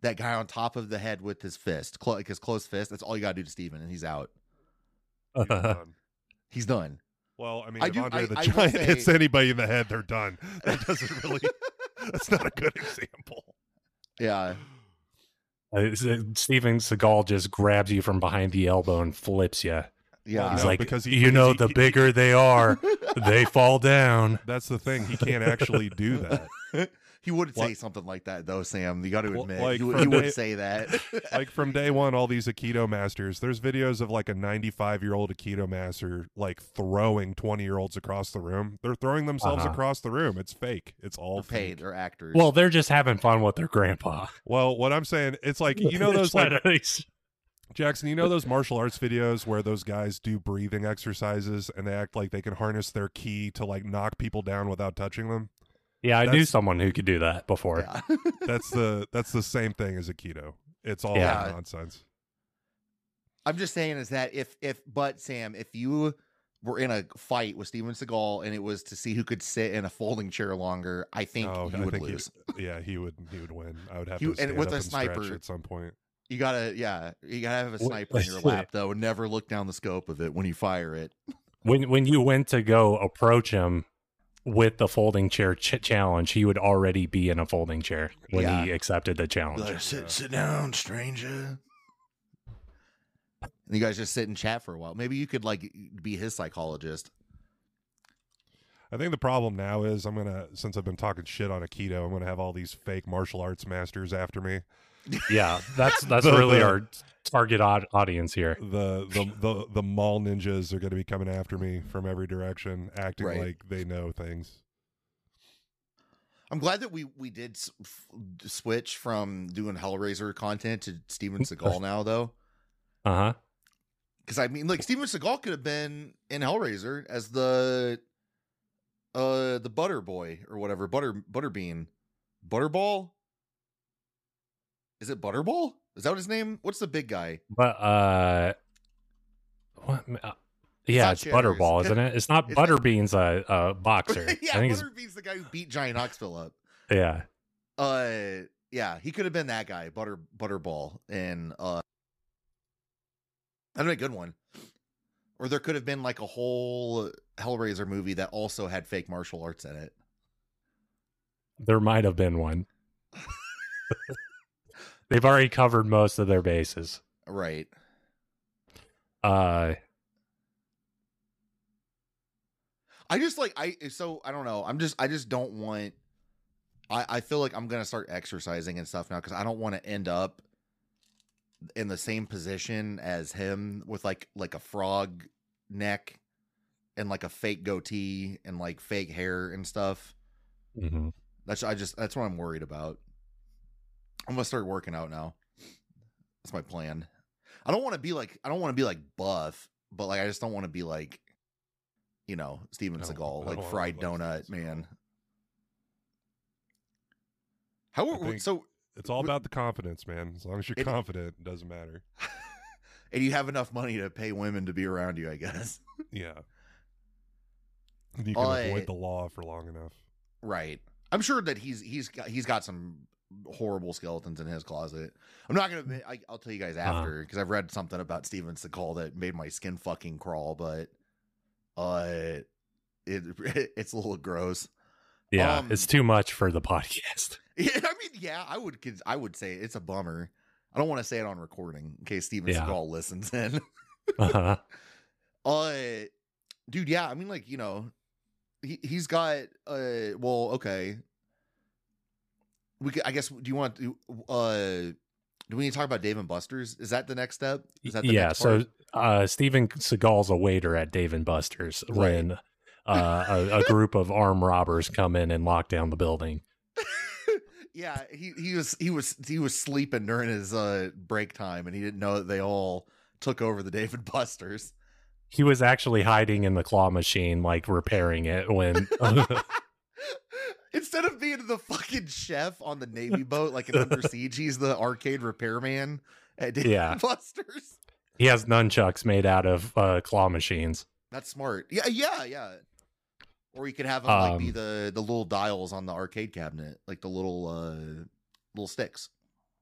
Speaker 6: that guy on top of the head with his fist, clo- like his closed fist. That's all you got to do to Steven, and he's out.
Speaker 5: You're done.
Speaker 6: He's done.
Speaker 5: Um, Well, I mean,
Speaker 6: I
Speaker 5: if
Speaker 6: do-
Speaker 5: Andre
Speaker 6: I-
Speaker 5: the
Speaker 6: I will
Speaker 5: Giant
Speaker 6: say-
Speaker 5: hits anybody in the head, they're done. That doesn't really. that's not a good example.
Speaker 6: Yeah.
Speaker 7: Uh, it's, uh, Steven Seagal just grabs you from behind the elbow and flips you.
Speaker 6: Yeah.
Speaker 7: He's
Speaker 5: no,
Speaker 7: like,
Speaker 5: because he-
Speaker 7: you
Speaker 5: because
Speaker 7: know,
Speaker 5: he-
Speaker 7: the
Speaker 5: he-
Speaker 7: bigger they are, they fall down.
Speaker 5: That's the thing. He can't actually do that.
Speaker 6: he would
Speaker 5: What-
Speaker 6: say something like that though, Sam. You got to
Speaker 5: Well,
Speaker 6: admit,
Speaker 5: like,
Speaker 6: he, would-
Speaker 5: for
Speaker 6: he
Speaker 5: me-
Speaker 6: would say that.
Speaker 5: like from day one, all these Aikido masters, there's videos of like a 95 year old Aikido master like throwing 20 year olds across the room. They're throwing themselves
Speaker 7: Uh-huh.
Speaker 5: across the room. It's fake. It's all
Speaker 6: they're paid.
Speaker 5: fake.
Speaker 6: They're actors.
Speaker 7: Well, they're just having fun with their grandpa.
Speaker 5: Well, what I'm saying, it's like you know those like
Speaker 7: It's-
Speaker 5: Jackson, you know those martial arts videos where those guys do breathing exercises and they act like they can harness their ki to like knock people down without touching them.
Speaker 7: yeah, I knew
Speaker 5: That's-
Speaker 7: someone who could do that before.
Speaker 6: yeah.
Speaker 5: That's the that's the same thing as Aikido. It's all
Speaker 7: Yeah.
Speaker 5: nonsense.
Speaker 6: I'm just saying is that if if but Sam, if you were in a fight with Steven Seagal and it was to see who could sit in a folding chair longer, I think
Speaker 5: No,
Speaker 6: you
Speaker 5: Oh, I
Speaker 6: would
Speaker 5: think he-
Speaker 6: lose.
Speaker 5: Yeah, he would he would win. I would have
Speaker 6: He-
Speaker 5: to
Speaker 6: and
Speaker 5: stand
Speaker 6: with
Speaker 5: up
Speaker 6: a
Speaker 5: and stretch
Speaker 6: sniper-
Speaker 5: at some point.
Speaker 6: You gotta, yeah, you gotta have a
Speaker 7: Wh-
Speaker 6: sniper in your lap though, and never look down the scope of it when you fire it.
Speaker 7: When when you went to go approach him with the folding chair ch- challenge, he would already be in a folding chair when he accepted the
Speaker 6: Be
Speaker 7: challenge.
Speaker 6: like,
Speaker 5: yeah.
Speaker 6: sit, sit down, stranger. And you guys just sit and chat for a while. Maybe you could like be his psychologist.
Speaker 5: I think the problem now is I'm gonna since I've been talking shit on Aikido, I'm gonna have all these fake martial arts masters after me.
Speaker 7: yeah, that's that's
Speaker 5: The-
Speaker 7: really
Speaker 5: the-
Speaker 7: our target au- audience here.
Speaker 5: The the the, the mall ninjas are gonna be coming after me from every direction, acting
Speaker 6: Right.
Speaker 5: like they know things.
Speaker 6: I'm glad that we we did s- f- switch from doing Hellraiser content to Steven Seagal now though.
Speaker 7: Uh huh.
Speaker 6: Because I mean, like Steven Seagal could have been in Hellraiser as the uh the Butter Boy or whatever Butter Butterbean, Butterball. Is it Butterball? Is that what his name? What's the big guy?
Speaker 7: But uh, what? uh, yeah,
Speaker 6: not
Speaker 7: it's,
Speaker 6: Cheddar, is
Speaker 7: Butterball,
Speaker 6: it?
Speaker 7: isn't it? It's not
Speaker 6: It's not-
Speaker 7: Butterbean's a, a boxer.
Speaker 6: yeah,
Speaker 7: I think it's
Speaker 6: Butterbean's the guy who beat Giant Knoxville up.
Speaker 7: yeah.
Speaker 6: Uh, yeah, he could have been that guy, Butter Butterball, and uh, that'd be a good one. Or there could have been like a whole Hellraiser movie that also had fake martial arts in it.
Speaker 7: There might have been one. They've already covered most of their bases.
Speaker 6: Right.
Speaker 7: Uh,
Speaker 6: I just like I eh, so I don't know. I'm just I just don't want. I I feel like I'm gonna start exercising and stuff now because I don't want to end up in the same position as him with like like a frog neck and like a fake goatee and like fake hair and stuff.
Speaker 7: mhm.
Speaker 6: That's I just that's what I'm worried about. I'm gonna start working out now. That's my plan. I don't want to be like I don't want to be like buff, but like I just don't want to be like, you know, Steven
Speaker 5: I don't- I
Speaker 6: Seagal,
Speaker 5: don't
Speaker 6: like
Speaker 5: wanna look
Speaker 6: fried
Speaker 5: like
Speaker 6: donut
Speaker 5: Steven Seagal.
Speaker 6: man. How
Speaker 5: I
Speaker 6: are-
Speaker 5: think-
Speaker 6: so?
Speaker 5: It's all
Speaker 6: Wh-
Speaker 5: about the confidence, man. As long as you're
Speaker 6: It-
Speaker 5: confident, it doesn't matter.
Speaker 6: And you have enough money to pay women to be around you, I guess.
Speaker 5: Yeah. And you can
Speaker 6: I-
Speaker 5: avoid the law for long enough.
Speaker 6: Right. I'm sure that he's he's got, he's got some horrible skeletons in his closet. I'm not gonna. admit- I, I'll tell you guys
Speaker 7: Uh-huh.
Speaker 6: after because I've read something about Steven Seagal that made my skin fucking crawl, but uh, it it's a little gross.
Speaker 7: yeah,
Speaker 6: Um,
Speaker 7: it's too much for the podcast.
Speaker 6: Yeah, I mean, yeah, I would cons- I would say it's a bummer. I don't want to say it on recording in case Steven
Speaker 7: Yeah.
Speaker 6: Seagal listens in.
Speaker 7: Uh-huh.
Speaker 6: Uh, dude, yeah, I mean, like you know, he he's got uh, well, okay. We could, I guess, do you want to, uh, do we need to talk about Dave and Buster's? Is that the next step? Is that the
Speaker 7: yeah,
Speaker 6: next
Speaker 7: so
Speaker 6: part?
Speaker 7: uh, Steven Seagal's a waiter at Dave and Buster's when uh, a, a group of armed robbers come in and lock down the building.
Speaker 6: yeah, he he was he was he was sleeping during his uh break time, and he didn't know that they all took over the Dave and Buster's.
Speaker 7: He was actually hiding in the claw machine, like repairing it when.
Speaker 6: Instead of being the fucking chef on the Navy boat, like in Under Siege, he's the arcade repairman at Dave
Speaker 7: Yeah.
Speaker 6: and Buster's.
Speaker 7: He has nunchucks made out of uh, claw machines.
Speaker 6: That's smart. Yeah, yeah, yeah. Or you could have them like be
Speaker 7: Um,
Speaker 6: the the little dials on the arcade cabinet, like the little uh little sticks.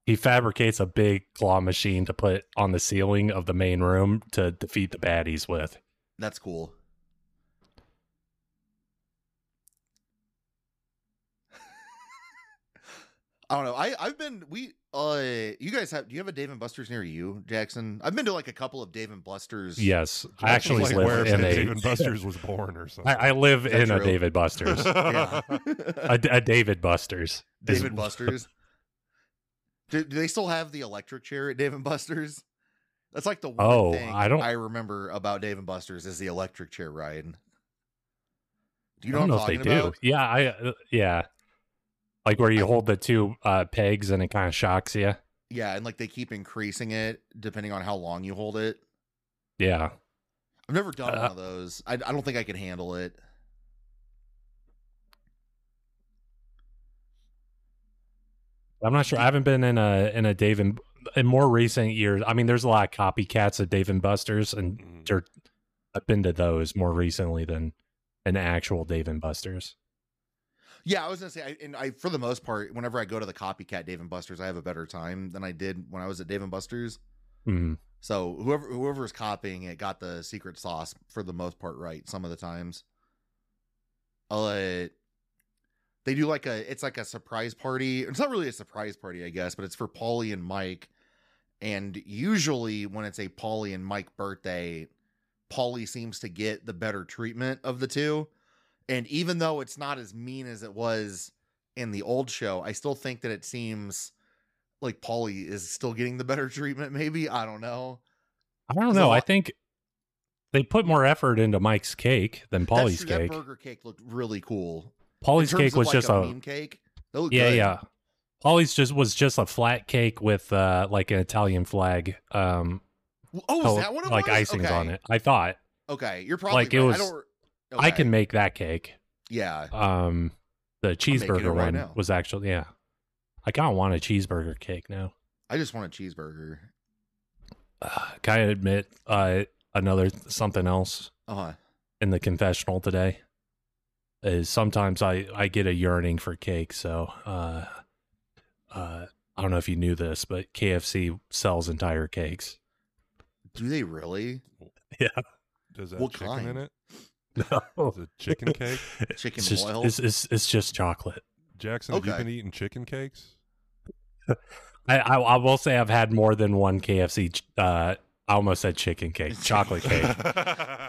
Speaker 7: He fabricates a big claw machine to put on the ceiling of the main room to defeat the baddies with.
Speaker 6: That's cool. I don't know. I I've been we uh you guys have do you have a Dave and Buster's near you, Jackson? I've been to like a couple of Dave and Buster's.
Speaker 7: Yes, I actually
Speaker 5: like where
Speaker 7: live in
Speaker 5: Dave and
Speaker 7: a.
Speaker 5: Buster's was born or something.
Speaker 7: I, I live
Speaker 6: that
Speaker 7: in a
Speaker 6: true?
Speaker 7: David Buster's.
Speaker 6: Yeah.
Speaker 7: a, a David Buster's. is-
Speaker 6: Dave and Buster's. Do, do they still have the electric chair at Dave and Buster's? That's like the one
Speaker 7: Oh,
Speaker 6: thing
Speaker 7: I don't-
Speaker 6: I remember about Dave and Buster's is the electric chair ride. Do you know
Speaker 7: I don't know
Speaker 6: what
Speaker 7: if
Speaker 6: I'm
Speaker 7: they
Speaker 6: talking
Speaker 7: do.
Speaker 6: about?
Speaker 7: Yeah, I uh, yeah, like where you hold the two uh, pegs and it kind of shocks you.
Speaker 6: Yeah, and like they keep increasing it depending on how long you hold it.
Speaker 7: Yeah,
Speaker 6: I've never done
Speaker 7: Uh,
Speaker 6: one of those. I, I don't think I could handle it.
Speaker 7: I'm not sure. I haven't been in a in a Dave and in more recent years. I mean, there's a lot of copycats of Dave and Buster's, and
Speaker 6: Mm-hmm.
Speaker 5: Mm.
Speaker 7: they're, I've been to those more recently than an actual Dave and Buster's.
Speaker 6: Yeah, I was gonna say, I, and I for the most part, whenever I go to the copycat Dave and Buster's, I have a better time than I did when I was at Dave and Buster's.
Speaker 7: Hmm.
Speaker 6: So whoever whoever's copying it got the secret sauce for the most part right some of the times. Uh, they do like a it's like a surprise party. It's not really a surprise party, I guess, but it's for Polly and Mike. And usually when it's a Polly and Mike birthday, Polly seems to get the better treatment of the two. And even though it's not as mean as it was in the old show, I still think that it seems like Polly is still getting the better treatment, maybe. I don't know.
Speaker 7: I don't
Speaker 6: There's a
Speaker 7: know. I
Speaker 6: lot-
Speaker 7: think they put more effort into Mike's cake than
Speaker 6: That's
Speaker 7: Polly's
Speaker 6: true,
Speaker 7: cake.
Speaker 6: That burger cake looked really cool. In
Speaker 7: Polly's
Speaker 6: terms
Speaker 7: cake
Speaker 6: of,
Speaker 7: was
Speaker 6: like,
Speaker 7: just
Speaker 6: a,
Speaker 7: a,
Speaker 6: meme cake. That looked
Speaker 7: yeah
Speaker 6: good.
Speaker 7: yeah. Polly's just was just a flat cake with uh like an Italian flag. Um,
Speaker 6: Oh,
Speaker 7: col-
Speaker 6: is that what it
Speaker 7: like
Speaker 6: was?
Speaker 7: icings
Speaker 6: okay.
Speaker 7: on it. I thought
Speaker 6: Okay, you're probably
Speaker 7: Like, it
Speaker 6: right.
Speaker 7: was-
Speaker 6: I, don't,
Speaker 7: I
Speaker 6: okay,
Speaker 7: can make that cake.
Speaker 6: Yeah,
Speaker 7: Um, the
Speaker 6: making it
Speaker 7: cheeseburger
Speaker 6: right
Speaker 7: one
Speaker 6: now.
Speaker 7: was actually yeah. I kind of want a cheeseburger cake now.
Speaker 6: I just want a cheeseburger.
Speaker 7: Uh, can I admit uh, another something else
Speaker 6: Uh huh.
Speaker 7: in the confessional today? Is sometimes I I get a yearning for cake. So uh, uh, I don't know if you knew this, but KFC sells entire cakes.
Speaker 6: Do they really?
Speaker 5: Does that
Speaker 6: What
Speaker 5: chicken in
Speaker 6: kind?
Speaker 5: it?
Speaker 7: No,
Speaker 5: Is it chicken cake?
Speaker 6: Chicken
Speaker 7: it's just,
Speaker 6: boil?
Speaker 7: it's, it's, it's just chocolate.
Speaker 5: Jackson, have
Speaker 6: Okay.
Speaker 5: you been eating chicken cakes?
Speaker 7: I, I I will say I've had more than one KFC. ch- Uh, I almost said chicken cake, chocolate cake.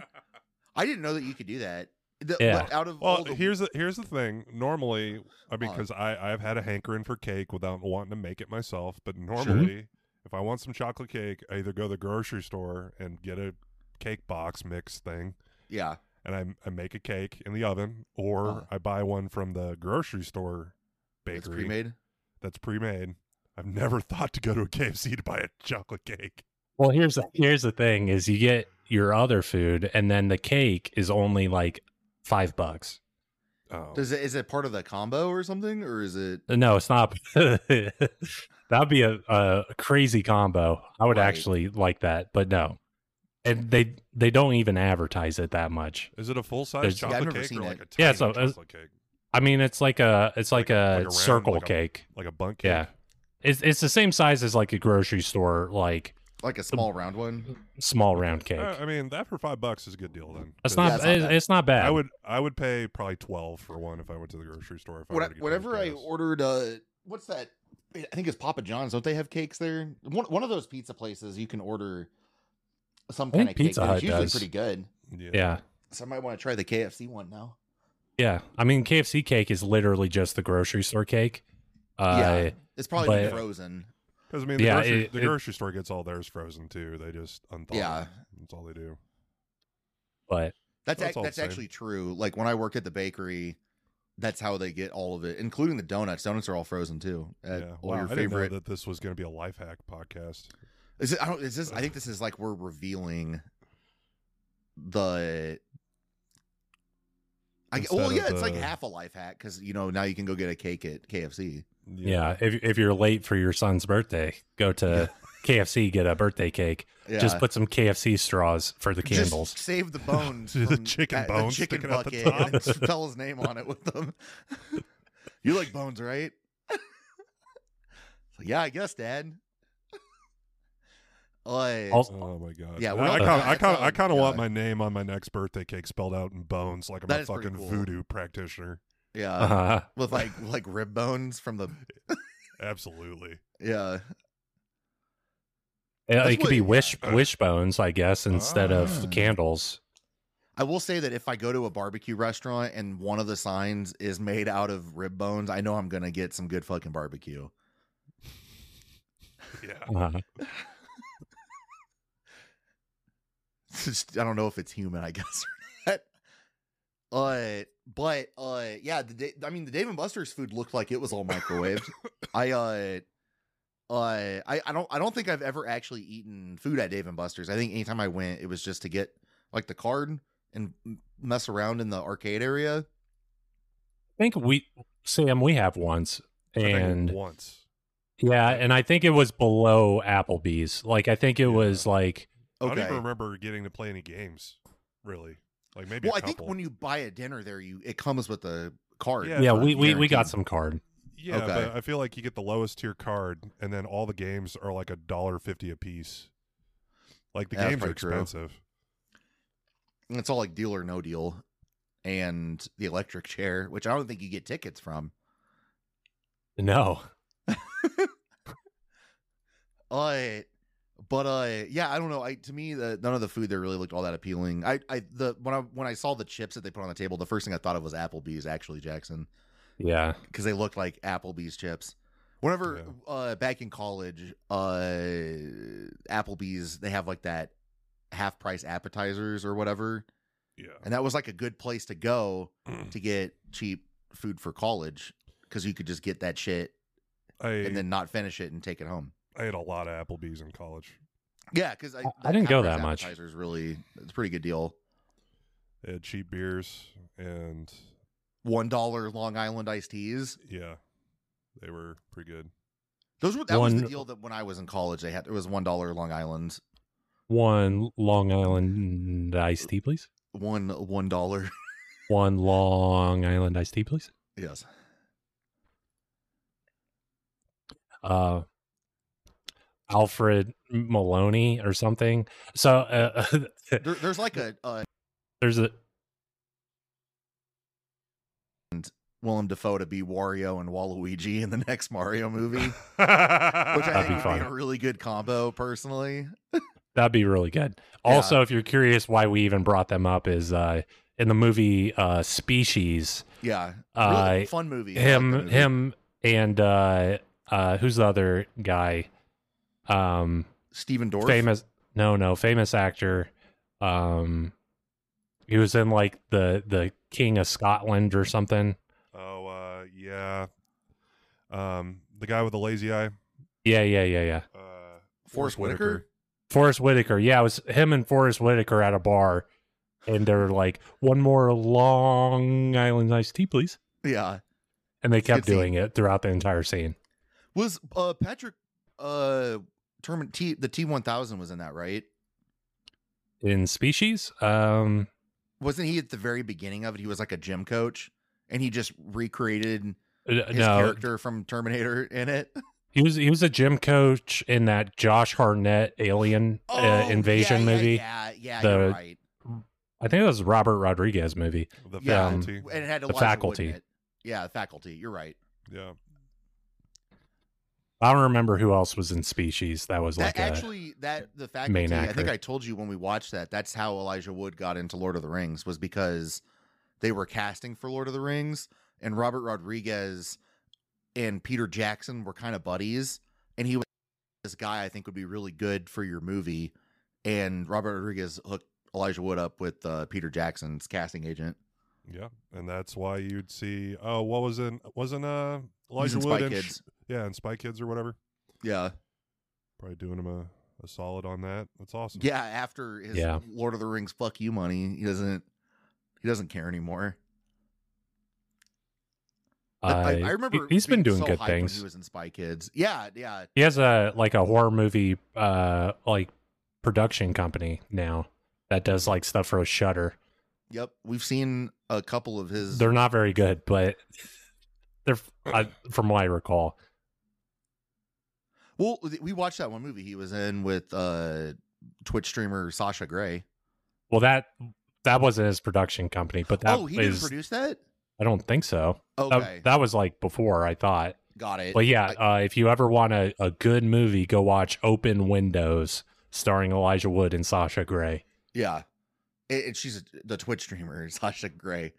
Speaker 6: I didn't know that you could do that. The-
Speaker 7: Yeah.
Speaker 6: but out of all
Speaker 5: Well,
Speaker 6: the,
Speaker 5: here's the here's the thing. Normally, I mean,
Speaker 6: Uh.
Speaker 5: because I I've had a hankering for cake without wanting to make it myself. But normally, if I want some chocolate cake, I either go to the grocery store and get a cake box mix thing,
Speaker 6: yeah,
Speaker 5: and I, I make a cake in the oven, or
Speaker 6: Uh.
Speaker 5: I buy one from the grocery store bakery
Speaker 6: it's pre-made.
Speaker 5: that's pre-made. I've never thought to go to a KFC to buy a chocolate cake.
Speaker 7: Well, here's the, here's the thing: is you get your other food, and then the cake is only like five bucks.
Speaker 5: Oh,
Speaker 6: Does it is it part of the combo or something, or is it?
Speaker 7: Uh, No, it's not. That'd be a, a crazy combo. I would
Speaker 6: Right.
Speaker 7: actually like that, but no, and they they don't even advertise it that much.
Speaker 5: is it a full size
Speaker 7: There's-
Speaker 6: Yeah, I've
Speaker 5: chocolate
Speaker 6: never
Speaker 5: cake
Speaker 6: seen
Speaker 5: or like a
Speaker 6: it.
Speaker 5: tiny
Speaker 7: Yeah, so, uh,
Speaker 5: chocolate cake,
Speaker 7: I mean, it's like a it's like,
Speaker 5: Like-
Speaker 7: a,
Speaker 5: like a round,
Speaker 7: circle
Speaker 5: like a-
Speaker 7: cake.
Speaker 5: like a bunk cake?
Speaker 7: Yeah. It's it's the same size as like a grocery store like
Speaker 6: Like a small round one.
Speaker 7: small round cake.
Speaker 5: Uh, I mean, that for five bucks is a good deal then.
Speaker 7: It's
Speaker 5: 'cause
Speaker 6: Yeah, it's
Speaker 7: not,
Speaker 6: not
Speaker 7: it's,
Speaker 6: bad.
Speaker 7: it's not bad.
Speaker 5: I would I would pay probably twelve for one if I went to the grocery store. If I
Speaker 6: What,
Speaker 5: were to get
Speaker 6: whenever I
Speaker 5: Trader's Joe's.
Speaker 6: ordered, uh, what's that? I think it's Papa John's. Don't they have cakes there? One, one of those pizza places you can order some
Speaker 7: I
Speaker 6: kind
Speaker 7: think
Speaker 6: of cake.
Speaker 7: Pizza
Speaker 6: that
Speaker 7: Hut
Speaker 6: it's usually
Speaker 7: does.
Speaker 6: pretty good.
Speaker 7: yeah.
Speaker 6: So I might want to try the KFC one now.
Speaker 7: Yeah, I mean KFC cake is literally just the grocery store cake. Uh,
Speaker 6: yeah, it's probably
Speaker 7: but-
Speaker 6: frozen.
Speaker 5: because I mean, the,
Speaker 7: Yeah,
Speaker 5: grocery,
Speaker 7: it-
Speaker 5: the
Speaker 7: it-
Speaker 5: grocery store gets all theirs frozen too. They just unthaw.
Speaker 6: Yeah.
Speaker 5: it. that's all they do.
Speaker 7: but
Speaker 6: That's
Speaker 5: That's
Speaker 6: ac
Speaker 5: all the
Speaker 6: that's
Speaker 5: same.
Speaker 6: actually true. Like when I work at the bakery, that's how they get all of it, including the donuts. Donuts are all frozen too. At
Speaker 5: yeah,
Speaker 6: all
Speaker 5: wow,
Speaker 6: your
Speaker 5: I
Speaker 6: favorite.
Speaker 5: didn't know that this was going to be a life hack podcast.
Speaker 6: Is it? I don't. Is this? I think this is like we're revealing the. I,
Speaker 5: Instead
Speaker 6: well,
Speaker 5: of
Speaker 6: yeah, it's like
Speaker 5: the-
Speaker 6: half a life hack because you know now you can go get a cake at KFC.
Speaker 7: yeah, if if you're late for your son's birthday, go to KFC get a birthday cake.
Speaker 6: Yeah.
Speaker 7: Just put some KFC straws for the
Speaker 6: Just
Speaker 7: candles.
Speaker 6: save the bones.
Speaker 5: The
Speaker 6: from
Speaker 5: chicken
Speaker 6: that-
Speaker 5: bones
Speaker 6: The chicken
Speaker 5: sticking out the
Speaker 6: bucket.
Speaker 5: top.
Speaker 6: and then spell his name on it with them. you like bones, right? So, yeah, I guess, Dad. Like,
Speaker 7: Also-
Speaker 5: Oh my god.
Speaker 6: Yeah,
Speaker 5: I-
Speaker 6: we're not-
Speaker 5: I kind of I
Speaker 6: that's
Speaker 5: kind of I
Speaker 6: all-
Speaker 5: kind of want
Speaker 6: yeah.
Speaker 5: my name on my next birthday cake spelled out in bones, like I'm
Speaker 6: That
Speaker 5: a
Speaker 6: is pretty
Speaker 5: fucking
Speaker 6: cool.
Speaker 5: voodoo practitioner.
Speaker 6: Yeah,
Speaker 7: Uh-huh.
Speaker 6: with like like rib bones from the
Speaker 5: Absolutely.
Speaker 6: yeah.
Speaker 7: Yeah,
Speaker 6: That's
Speaker 7: it could
Speaker 6: what-
Speaker 7: be wish wishbones, I guess, instead
Speaker 5: Ah.
Speaker 7: of candles.
Speaker 6: I will say that if I go to a barbecue restaurant and one of the signs is made out of rib bones, I know I'm gonna get some good fucking barbecue.
Speaker 5: Yeah.
Speaker 7: Uh-huh.
Speaker 6: It's just- I don't know if it's human, I guess. Or not. Uh, but uh, yeah, the Da- I mean, the Dave and Buster's food looked like it was all microwaved. I uh, uh, I I don't I don't think I've ever actually eaten food at Dave and Buster's. I think anytime I went, it was just to get like the card and m- mess around in the arcade area.
Speaker 7: I think we Sam we have once,
Speaker 5: I think
Speaker 7: and
Speaker 5: once.
Speaker 7: yeah, and I think it was below Applebee's. Like I think it
Speaker 5: Yeah.
Speaker 7: was like
Speaker 5: I don't
Speaker 6: Okay.
Speaker 5: even remember getting to play any games, really. Like maybe
Speaker 6: Well,
Speaker 5: a
Speaker 6: I think
Speaker 5: couple.
Speaker 6: when you buy a dinner there, you it comes with a card.
Speaker 5: Yeah,
Speaker 7: yeah,
Speaker 6: for-
Speaker 7: we, we we got
Speaker 6: guaranteed.
Speaker 7: some card.
Speaker 5: yeah,
Speaker 6: okay.
Speaker 5: but I feel like you get the lowest tier card, and then all the games are like a dollar fifty a piece. Like the
Speaker 6: Yeah, that's
Speaker 5: games are
Speaker 6: pretty true.
Speaker 5: expensive.
Speaker 6: And It's all like deal or no deal, and the electric chair, which I don't think you get tickets from.
Speaker 7: No,
Speaker 6: Uh, but uh, yeah, I don't know. I to me, the, none of the food there really looked all that appealing. I, I the when I when I saw the chips that they put on the table, the first thing I thought of was Applebee's. Actually, Jackson,
Speaker 7: yeah,
Speaker 6: because they looked like Applebee's chips. Whenever uh, back in college, uh, Applebee's they have like that half price appetizers or whatever,
Speaker 5: Yeah.
Speaker 6: and that was like a good place to go to get cheap food for college because you could just get that shit
Speaker 5: I
Speaker 6: and then not finish it and take it home.
Speaker 5: I ate a lot of Applebee's in college.
Speaker 6: Yeah, because I,
Speaker 7: I- I didn't go that much.
Speaker 6: Appetizers really, it's a pretty good deal.
Speaker 5: They had cheap beers and
Speaker 6: One dollar Long Island iced teas.
Speaker 5: yeah. They were pretty good.
Speaker 6: Those were that was the
Speaker 7: One-
Speaker 6: deal that when I was in college they had. It was one dollar Long Island.
Speaker 7: one Long Island iced tea, please.
Speaker 6: One one dollar.
Speaker 7: One Long Island iced tea, please.
Speaker 6: yes.
Speaker 7: uh Alfred Maloney or something. So uh,
Speaker 6: There, there's like a uh,
Speaker 7: there's a
Speaker 6: Willem Dafoe to be Wario and Waluigi in the next Mario movie, which I
Speaker 7: That'd
Speaker 6: think
Speaker 7: be
Speaker 6: would
Speaker 7: fun.
Speaker 6: be a really good combo. Personally,
Speaker 7: that'd be really good.
Speaker 6: Yeah.
Speaker 7: Also, if you're curious why we even brought them up is uh in the movie uh Species,
Speaker 6: yeah, really
Speaker 7: Uh,
Speaker 6: fun movie. I like the
Speaker 7: him
Speaker 6: movie.
Speaker 7: him and uh uh who's the other guy? Um
Speaker 6: Stephen Dorff.
Speaker 7: famous no no famous actor um he was in like the the king of scotland or something
Speaker 5: Oh uh yeah. Um the guy with the lazy eye.
Speaker 7: yeah yeah yeah yeah
Speaker 5: Uh
Speaker 6: Forrest Whitaker.
Speaker 7: Forrest Whitaker. Yeah, it was him and Forrest Whitaker at a bar, and they're like, "One more Long Island iced tea, please."
Speaker 6: Yeah,
Speaker 7: And they kept
Speaker 6: Good scene.
Speaker 7: doing it throughout the entire scene.
Speaker 6: was uh, Patrick uh, Termin- T the T one thousand was in that right?
Speaker 7: In Species, um,
Speaker 6: wasn't he at the very beginning of it? He was like a gym coach, and he just recreated
Speaker 7: uh,
Speaker 6: his
Speaker 7: no,
Speaker 6: character from Terminator in it.
Speaker 7: he was he was a gym coach in that Josh Harnett Alien uh,
Speaker 6: Oh,
Speaker 7: Invasion
Speaker 6: yeah, yeah,
Speaker 7: movie.
Speaker 6: Yeah, yeah,
Speaker 7: The-
Speaker 6: you're right.
Speaker 7: I think that was a Robert Rodriguez movie.
Speaker 5: The
Speaker 6: Yeah. um,
Speaker 5: faculty.
Speaker 6: And it had Elijah
Speaker 7: The
Speaker 6: Wood in
Speaker 7: faculty.
Speaker 6: it. Yeah, faculty. You're right.
Speaker 5: Yeah.
Speaker 7: I don't remember who else was in Species. That was like
Speaker 6: that
Speaker 7: a-
Speaker 6: actually, that the faculty.
Speaker 7: main
Speaker 6: I think
Speaker 7: actor.
Speaker 6: I told you when we watched that. That's how Elijah Wood got into Lord of the Rings was because they were casting for Lord of the Rings, and Robert Rodriguez and Peter Jackson were kind of buddies, and he was this guy I think would be really good for your movie, and Robert Rodriguez hooked Elijah Wood up with uh, Peter Jackson's casting agent.
Speaker 5: Yeah. And that's why you'd see oh, what was in wasn't uh
Speaker 6: He's
Speaker 5: Elijah
Speaker 6: in
Speaker 5: Wood
Speaker 6: Spy
Speaker 5: and
Speaker 6: Kids.
Speaker 5: yeah, and Spy Kids or whatever.
Speaker 6: Yeah,
Speaker 5: Probably doing him a, a solid on that. That's awesome.
Speaker 6: yeah. After his
Speaker 7: Yeah.
Speaker 6: Lord of the Rings fuck you money, he doesn't he doesn't care anymore. I, I-
Speaker 7: uh,
Speaker 6: I remember
Speaker 7: he, has been
Speaker 6: being
Speaker 7: doing
Speaker 6: so
Speaker 7: good
Speaker 6: hyped when
Speaker 7: things.
Speaker 6: He was in Spy Kids. Yeah, yeah.
Speaker 7: He has a like a horror movie uh like production company now that does like stuff for Shutter.
Speaker 6: Yep. We've seen a couple of his.
Speaker 7: They're not very good, but they're I, from what I recall.
Speaker 6: well, we watched that one movie he was in with uh, Twitch streamer Sasha Gray.
Speaker 7: Well, that that wasn't his production company, but that
Speaker 6: oh, he
Speaker 7: is-
Speaker 6: didn't produce that.
Speaker 7: I don't think so. That-
Speaker 6: Okay,
Speaker 7: That, was like before I thought.
Speaker 6: got it.
Speaker 7: But yeah,
Speaker 6: I-
Speaker 7: uh, if you ever want a, a good movie, go watch Open Windows starring Elijah Wood and Sasha Gray.
Speaker 6: yeah, and and she's a, the Twitch streamer Sasha Gray.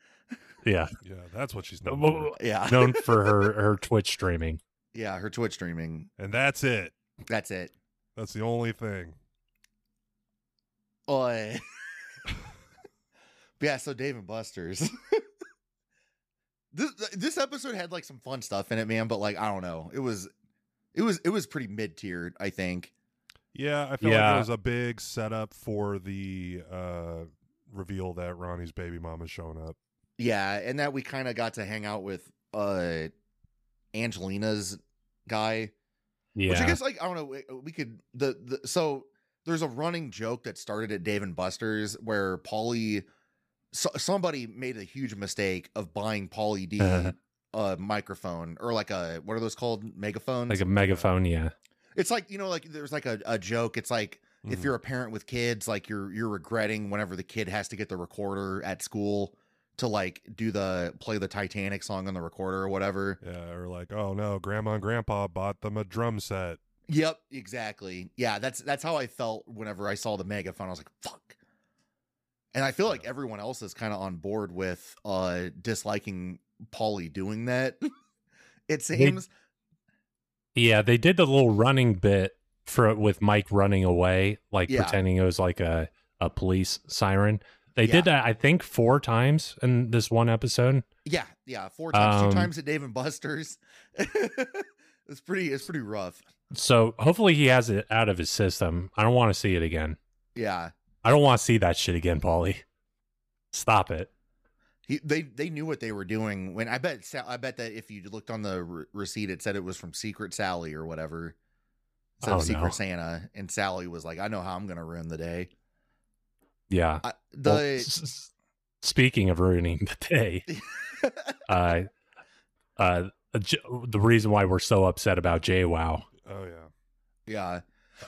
Speaker 7: Yeah.
Speaker 5: Yeah, that's what she's known for.
Speaker 6: Yeah,
Speaker 7: Known for her, her Twitch streaming.
Speaker 6: yeah, her Twitch streaming.
Speaker 5: And that's it.
Speaker 6: That's it.
Speaker 5: That's the only thing.
Speaker 6: Oy. yeah, so Dave and Buster's. this this episode had like some fun stuff in it, man, but like I don't know. It was it was it was pretty mid tier, I think.
Speaker 5: Yeah, I feel like
Speaker 7: Yeah.
Speaker 5: it was a big setup for the uh, reveal that Ronnie's baby mama's showing up.
Speaker 6: Yeah, and that we kind of got to hang out with uh Angelina's guy.
Speaker 7: Yeah.
Speaker 6: Which I guess like I don't know, we, uh, we could the, the so there's a running joke that started at Dave and Buster's where Paulie so, somebody made a huge mistake of buying Paulie D
Speaker 7: Uh-huh.
Speaker 6: a microphone or like a what are those called megaphones?
Speaker 7: like a megaphone. Yeah.
Speaker 6: it's like you know like there's like a, a joke. It's like if
Speaker 7: Mm-hmm.
Speaker 5: Mhm.
Speaker 6: you're a parent with kids, like you're you're regretting whenever the kid has to get the recorder at school to like do the play the Titanic song on the recorder or whatever.
Speaker 5: Yeah, or like, oh no, grandma and grandpa bought them a drum set.
Speaker 6: Yep, exactly. Yeah, that's that's how I felt whenever I saw the megaphone. I was like, fuck. And I feel like
Speaker 5: Yeah.
Speaker 6: everyone else is kind of on board with uh disliking Paulie doing that. it seems.
Speaker 7: Yeah, they did the little running bit for with Mike running away, like
Speaker 6: Yeah.
Speaker 7: pretending it was like a a police siren. They did that, I think, four times in this one episode.
Speaker 6: yeah, yeah. Four times,
Speaker 7: Um,
Speaker 6: two times at Dave and Buster's. it's pretty it's pretty rough.
Speaker 7: So hopefully he has it out of his system. I don't want to see it again.
Speaker 6: Yeah.
Speaker 7: I don't want to see that shit again, Paulie. Stop it.
Speaker 6: He, they they knew what they were doing when I bet Sa- I bet that if you looked on the re- receipt it said it was from Secret Sally or whatever. So
Speaker 7: Oh,
Speaker 6: Secret
Speaker 7: no.
Speaker 6: Santa and Sally was like, "I know how I'm going to ruin the day."
Speaker 7: Yeah.
Speaker 6: I, the
Speaker 7: Well, s- s- speaking of ruining the day, uh, uh, J- the reason why we're so upset about JWoww.
Speaker 5: Oh yeah.
Speaker 6: yeah.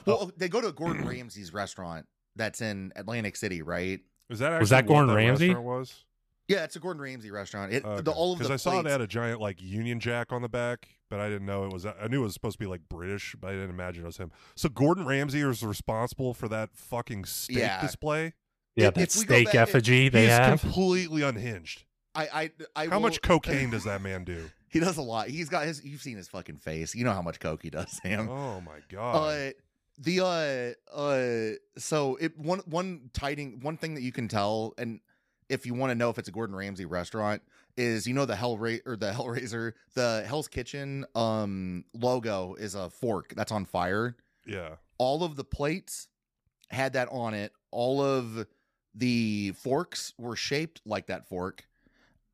Speaker 6: Well,
Speaker 5: Oh.
Speaker 6: they go to Gordon Ramsay's restaurant that's in Atlantic City, right?
Speaker 5: Is that actually
Speaker 7: Was that
Speaker 5: what
Speaker 7: Gordon Ramsay?
Speaker 5: restaurant Was
Speaker 6: Yeah, it's a Gordon Ramsay restaurant. It the all of the
Speaker 5: because Uh, I saw it
Speaker 6: plates-
Speaker 5: had a giant like Union Jack on the back, but I didn't know it was. I knew it was supposed to be like British, but I didn't imagine it was him. So Gordon Ramsay was responsible for that fucking steak
Speaker 6: Yeah.
Speaker 5: display.
Speaker 7: Yeah,
Speaker 6: If-
Speaker 7: that
Speaker 6: if we go
Speaker 7: steak
Speaker 6: back- if-
Speaker 7: effigy they
Speaker 5: He's
Speaker 7: have.
Speaker 5: completely unhinged.
Speaker 6: I I I
Speaker 5: How
Speaker 6: will-
Speaker 5: much cocaine does that man do?
Speaker 6: He does a lot. He's got his you've seen his fucking face. You know how much coke he does, Sam.
Speaker 5: Oh my god.
Speaker 6: uh the uh uh so it one one tiding one thing that you can tell and if you want to know if it's a Gordon Ramsay restaurant is you know the Hellra- or the Hellraiser the Hell's Kitchen um logo is a fork that's on fire
Speaker 5: yeah.
Speaker 6: all of the plates had that on it. All of the forks were shaped like that fork.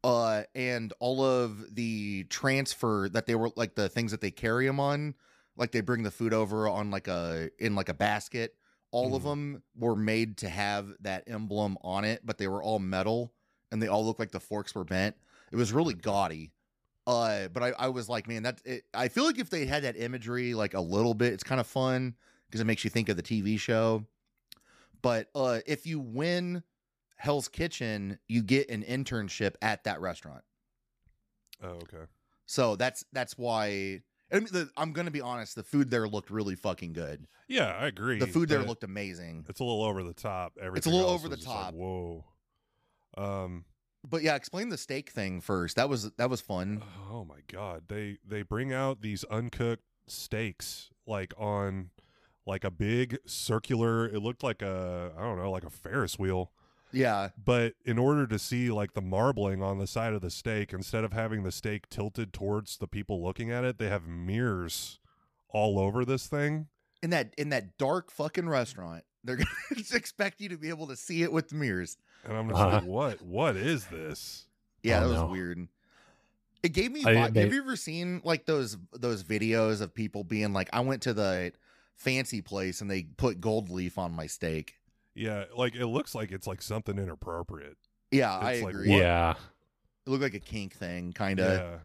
Speaker 6: Uh, and all of the transfer that they were like the things that they carry them on, like they bring the food over on like a in like a basket. All of
Speaker 5: Mhm.
Speaker 6: them were made to have that emblem on it, but they were all metal and they all looked like the forks were bent. It was really gaudy. Uh, but I, I was like, man, that's it. I feel like if they had that imagery like a little bit, it's kind of fun because it makes you think of the TV show. But uh, if you win Hell's Kitchen, you get an internship at that restaurant.
Speaker 5: Oh okay.
Speaker 6: So that's that's why. I mean, the, I'm gonna be honest. The food there looked really fucking good.
Speaker 5: Yeah, I agree.
Speaker 6: The food there
Speaker 5: but
Speaker 6: looked amazing.
Speaker 5: It's a little over the top. Everything
Speaker 6: little
Speaker 5: else
Speaker 6: over
Speaker 5: was
Speaker 6: the
Speaker 5: just like,
Speaker 6: top.
Speaker 5: Whoa. Um.
Speaker 6: But yeah, explain the steak thing first. That was that was fun.
Speaker 5: Oh my god. They they bring out these uncooked steaks like on like a big circular it looked like a I don't know, like a Ferris wheel.
Speaker 6: Yeah,
Speaker 5: But in order to see like the marbling on the side of the steak, instead of having the steak tilted towards the people looking at it, they have mirrors all over this thing.
Speaker 6: in that in that dark fucking restaurant, they're gonna just expect you to be able to see it with the mirrors.
Speaker 5: And I'm just like, what what is this?
Speaker 6: Yeah,
Speaker 7: Oh,
Speaker 6: that was
Speaker 7: no.
Speaker 6: weird. It gave me.
Speaker 7: I-
Speaker 6: vi-
Speaker 7: they-
Speaker 6: have you ever seen like those those videos of people being like, "I went to the fancy place and they put gold leaf on my steak."
Speaker 5: Yeah, like it looks like it's like something inappropriate.
Speaker 6: Yeah, I
Speaker 5: It's like,
Speaker 6: agree.
Speaker 5: what?
Speaker 7: Yeah.
Speaker 6: it looked like a kink thing, kind of.
Speaker 5: Yeah.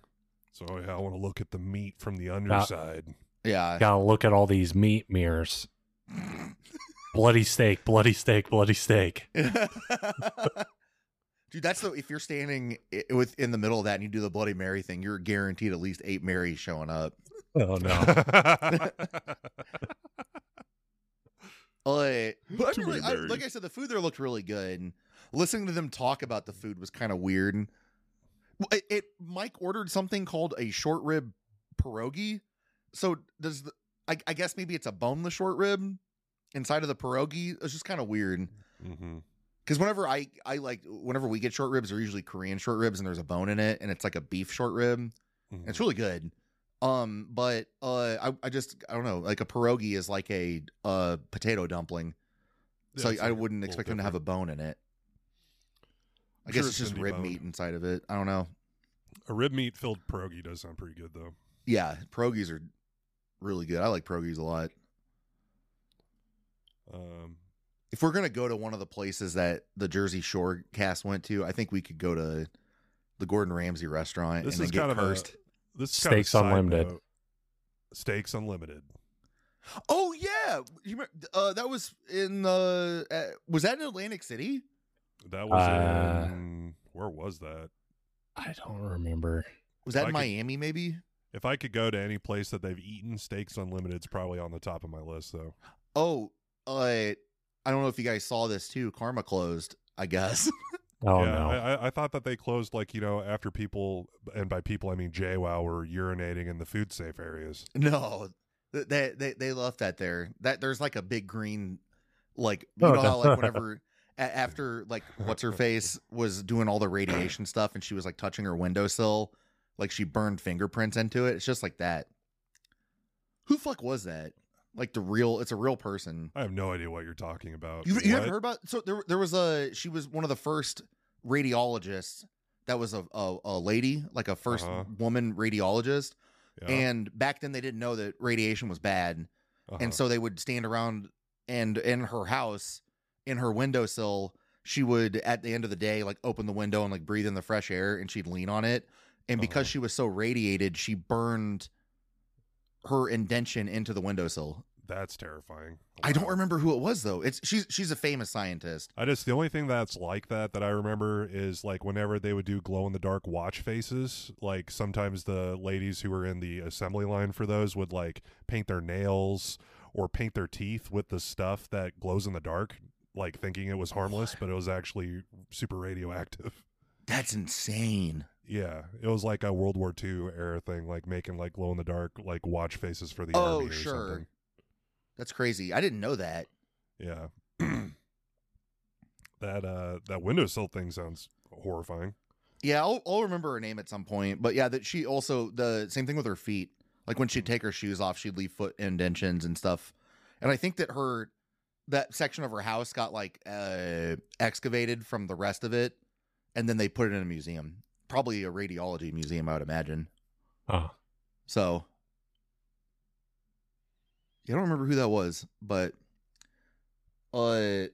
Speaker 5: So yeah, I want to look at the meat from the underside.
Speaker 6: Yeah.
Speaker 7: Gotta look at all these meat mirrors. bloody steak, bloody steak, bloody steak.
Speaker 6: Dude, that's the if you're standing i- within the middle of that and you do the Bloody Mary thing, you're guaranteed at least eight Marys showing up.
Speaker 7: Oh no. Mm-hmm,
Speaker 6: But, but I
Speaker 8: Too
Speaker 6: really,
Speaker 8: many
Speaker 6: I,
Speaker 8: berries.
Speaker 6: like I said, the food there looked really good. And listening to them talk about the food was kind of weird. And- Well, It, it Mike ordered something called a short rib pierogi. So does the, I, I guess maybe it's a boneless short rib inside of the pierogi. It's just kind of
Speaker 8: Mm.
Speaker 6: weird
Speaker 5: hmm
Speaker 6: because whenever I I like whenever we get short ribs, they're usually Korean short ribs and there's a bone in it and it's like a beef short rib.
Speaker 7: mm-hmm.
Speaker 6: And It's really good. Um, but uh, I, I just I don't know. Like a pierogi is like a uh potato dumpling, so I, wouldn't expect them to have a bone in it. I
Speaker 5: I'm
Speaker 6: guess
Speaker 5: sure
Speaker 6: it's
Speaker 5: it's
Speaker 6: just
Speaker 5: gonna be
Speaker 6: rib
Speaker 5: boned.
Speaker 6: meat inside of it. I don't know.
Speaker 5: a rib meat filled pierogi does sound pretty good though.
Speaker 6: Yeah, pierogies are really good. I like pierogies a lot.
Speaker 5: Um,
Speaker 6: If we're gonna go to one of the places that the Jersey Shore cast went to, I think we could go to the Gordon Ramsay restaurant
Speaker 5: This
Speaker 6: and
Speaker 5: is
Speaker 6: then
Speaker 5: kind of
Speaker 6: get
Speaker 5: a-
Speaker 6: cursed.
Speaker 5: this is kind of a
Speaker 7: Steaks
Speaker 5: side
Speaker 7: Unlimited.
Speaker 5: note. Steaks unlimited.
Speaker 6: Oh yeah, you remember, uh, that was in uh, uh, was that in Atlantic City?
Speaker 5: That was
Speaker 7: Uh,
Speaker 6: Mm.
Speaker 5: in, where was that?
Speaker 7: I don't remember.
Speaker 6: Was that in
Speaker 5: Like it-
Speaker 6: Miami? Maybe.
Speaker 5: If I could go to any place that they've eaten steaks unlimited, it's probably on the top of my list though.
Speaker 6: Oh, uh, I don't know if you guys saw this too. Karma closed. I guess.
Speaker 7: Oh
Speaker 5: yeah,
Speaker 7: no.
Speaker 5: I, I- I thought that they closed like you know after people, and by people I mean JWoww were urinating in the food safe areas.
Speaker 6: no, th- they they they left that there. That there's like a big green, like you
Speaker 7: Oh,
Speaker 6: know how
Speaker 7: no.
Speaker 6: like whenever. a- After like what's her face was doing all the radiation stuff and she was like touching her windowsill, like she burned fingerprints into it. It's just like that. Who fuck was that? Like the real, it's a real person.
Speaker 5: I have no idea what you're talking about.
Speaker 6: You, you
Speaker 5: Uh, What?
Speaker 6: haven't heard about? So there, there was a. She was one of the first radiologists. That was a a, a lady, like a 1st
Speaker 5: Uh-huh.
Speaker 6: woman radiologist.
Speaker 5: Yeah,
Speaker 6: And back then, they didn't know that radiation was bad,
Speaker 5: uh-huh.
Speaker 6: and so they would stand around and in her house, in her windowsill, she would at the end of the day like open the window and like breathe in the fresh air, and she'd lean on it. And because
Speaker 5: Uh-huh.
Speaker 6: she was so radiated, she burned her indention into the windowsill.
Speaker 5: that's terrifying.
Speaker 6: I don't
Speaker 5: Wow.
Speaker 6: remember who it was though. It's she's she's a famous scientist.
Speaker 5: I just the only thing that's like that that I remember is like whenever they would do glow in the dark watch faces, like sometimes the ladies who were in the assembly line for those would like paint their nails or paint their teeth with the stuff that glows in the dark, like thinking it was harmless, but it was actually super radioactive.
Speaker 6: That's insane.
Speaker 5: Yeah, it was like a World War II era thing, like making like glow in the dark like watch faces for the
Speaker 6: Oh,
Speaker 5: army or
Speaker 6: sure.
Speaker 5: something.
Speaker 6: That's crazy. I didn't know that.
Speaker 5: Yeah. that uh that windowsill thing sounds horrifying.
Speaker 6: Yeah, I'll, I'll remember her name at some point. But yeah, that she also the same thing with her feet. Like when she'd take her shoes off, she'd leave foot indentions and stuff. And I think that her that section of her house got like uh excavated from the rest of it, and then they put it in a museum, probably a radiology museum, I would imagine.
Speaker 7: Oh.
Speaker 6: So yeah, I don't remember who that was, but uh,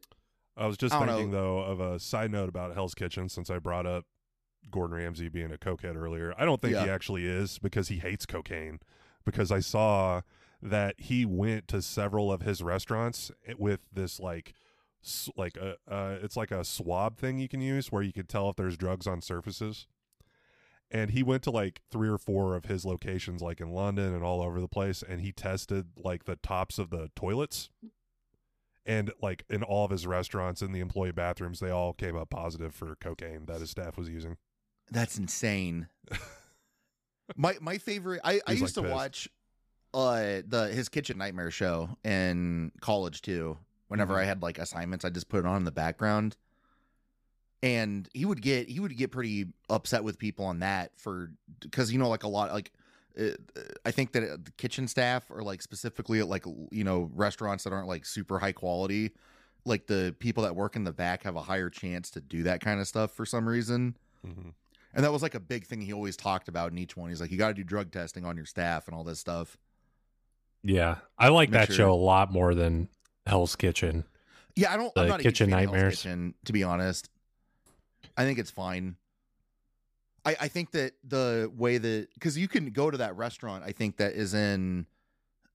Speaker 5: I was just
Speaker 6: I don't
Speaker 5: thinking though of a side note about Hell's Kitchen since I brought up Gordon Ramsay being a cokehead earlier. I don't think he
Speaker 6: Yeah.
Speaker 5: actually is because he hates cocaine. Because I saw that he went to several of his restaurants with this like s- like a uh, it's like a swab thing you can use where you can tell if there's drugs on surfaces. And he went to like three or four of his locations like in London and all over the place and he tested like the tops of the toilets and like in all of his restaurants in the employee bathrooms they all came up positive for cocaine that his staff was using
Speaker 6: That's insane. my my favorite. I, I
Speaker 5: He's,
Speaker 6: used
Speaker 5: like,
Speaker 6: to
Speaker 5: pissed.
Speaker 6: watch uh the his kitchen nightmare show in college too. Whenever
Speaker 5: Mm-hmm.
Speaker 6: I had like assignments, I just put it on in the background. And he would get he would get pretty upset with people on that for because you know like a lot like uh, I think that uh, the kitchen staff or like specifically at like you know restaurants that aren't like super high quality like the people that work in the back have a higher chance to do that kind of stuff for some reason.
Speaker 5: mm-hmm.
Speaker 6: And that was like a big thing he always talked about in each one. He's like, you got to do drug testing on your staff and all this stuff.
Speaker 7: Yeah. I like
Speaker 6: Make
Speaker 7: that
Speaker 6: sure-
Speaker 7: show a lot more than Hell's Kitchen.
Speaker 6: Yeah, I don't. I'm
Speaker 7: The
Speaker 6: not a huge
Speaker 7: Kitchen
Speaker 6: fan of Hell's
Speaker 7: Nightmares.
Speaker 6: Kitchen, to be honest, I think it's fine. I, I think that the way that because you can go to that restaurant, I think that is in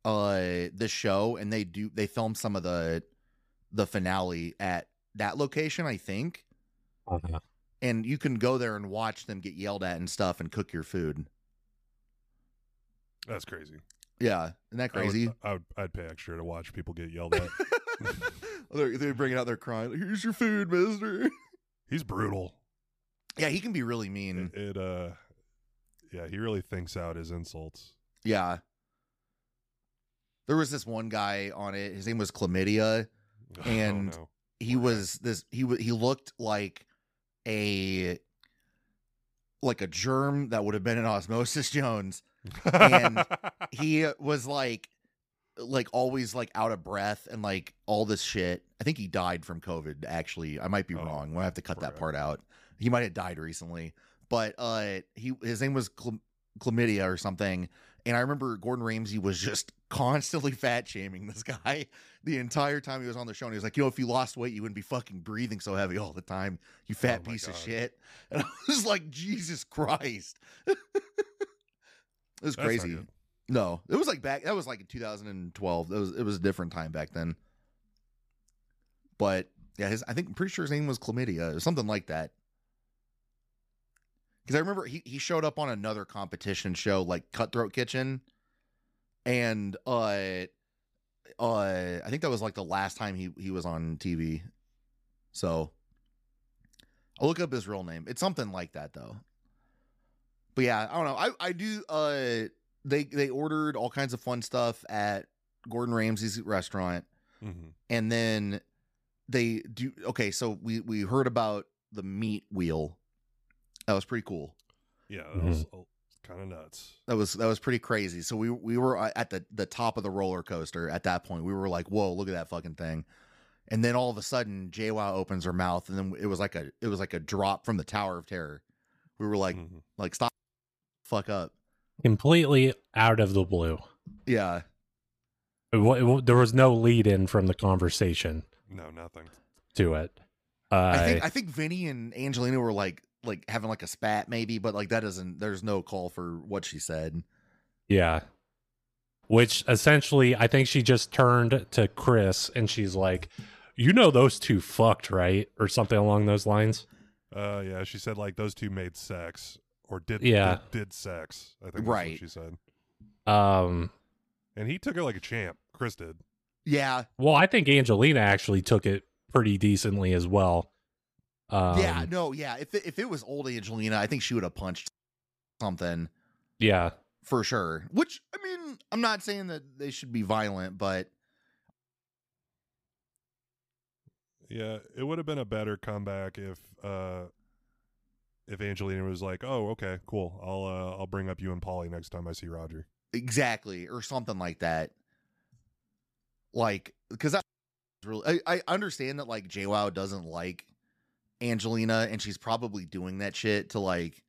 Speaker 6: uh the show, and they do they film some of the the finale at that location. I think.
Speaker 7: Uh-huh.
Speaker 6: and you can go there and watch them get yelled at and stuff and cook your food.
Speaker 5: That's crazy.
Speaker 6: Yeah, isn't that crazy?
Speaker 5: I would, I would, I'd pay extra to watch people get yelled at.
Speaker 6: they're, they're bringing out their crying. Here's your food, Mister.
Speaker 5: He's brutal.
Speaker 6: Yeah, he can be really mean.
Speaker 5: It, it, uh, yeah, he really thinks out his insults.
Speaker 6: Yeah. There was this one guy on it. His name was Chlamydia.
Speaker 5: Oh,
Speaker 6: And-
Speaker 5: no.
Speaker 6: he was this he wa- he looked like a like a germ that would have been in osmosis jones And- he uh, was like like always like out of breath and like all this shit i think he died from covid actually i might be
Speaker 5: Oh,
Speaker 6: wrong we'll have to cut that
Speaker 5: crap.
Speaker 6: part out he might have died recently but uh he his name was Chlam- chlamydia or something and i remember gordon ramsay was just constantly fat shaming this guy the entire time he was on the show and he was like you know if you lost weight you wouldn't be fucking breathing so heavy all the time you fat
Speaker 5: Oh my
Speaker 6: piece of
Speaker 5: God.
Speaker 6: shit and i was like jesus christ it was
Speaker 5: That's not
Speaker 6: crazy
Speaker 5: good.
Speaker 6: no, it was like back. That was like in 2012. That was it was a different time back then. But yeah, his I think I'm pretty sure his name was chlamydia or something like that. Because I remember he he showed up on another competition show like Cutthroat Kitchen, and uh, uh, I think that was like the last time he he was on TV. So I'll look up his real name. It's something like that though. But yeah, I don't know. I I do uh they they ordered all kinds of fun stuff at Gordon Ramsay's restaurant,
Speaker 5: Mhm.
Speaker 6: and then they do. Okay, so we we heard about the meat wheel. That was pretty cool.
Speaker 5: Yeah, that
Speaker 7: Mhm.
Speaker 5: was kind of nuts.
Speaker 6: That was that was pretty crazy. So we we were uh, at the the top of the roller coaster at that point. We were like, "Whoa, look at that fucking thing!" And then all of a sudden, JWoww opens her mouth, and then it was like a it was like a drop from the Tower of Terror. We were like,
Speaker 5: Mhm.
Speaker 6: "Like stop, fuck up."
Speaker 7: completely out of the blue.
Speaker 6: Yeah,
Speaker 7: It, wa- it, wa- there was no lead in from the conversation
Speaker 5: no, nothing.
Speaker 7: to it. Uh,
Speaker 6: I think I think Vinny and Angelina were like like having like a spat maybe, but like that doesn't there's no call for what she said.
Speaker 7: yeah. Which essentially, I think she just turned to Chris and she's like, "You know those two fucked, right?" or something along those lines.
Speaker 5: Uh, yeah, she said like those two made sex or did
Speaker 7: Yeah.
Speaker 5: did, did sex. I think that's what
Speaker 6: Right.
Speaker 5: she said,
Speaker 7: Um,
Speaker 5: and he took it like a champ. Chris did.
Speaker 6: Yeah.
Speaker 7: well, I think Angelina actually took it pretty decently as well. Um,
Speaker 6: yeah, no, yeah. If it, if it was old Angelina, I think she would have punched something
Speaker 7: yeah.
Speaker 6: for sure. Which I mean, I'm not saying that they should be violent, but
Speaker 5: Yeah, it would have been a better comeback if uh if Angelina was like, "Oh, okay, cool. I'll uh, I'll bring up you and Polly next time I see Roger."
Speaker 6: exactly or something like that. Like cuz that really I, I understand that like JWoww doesn't like Angelina and she's probably doing that shit to like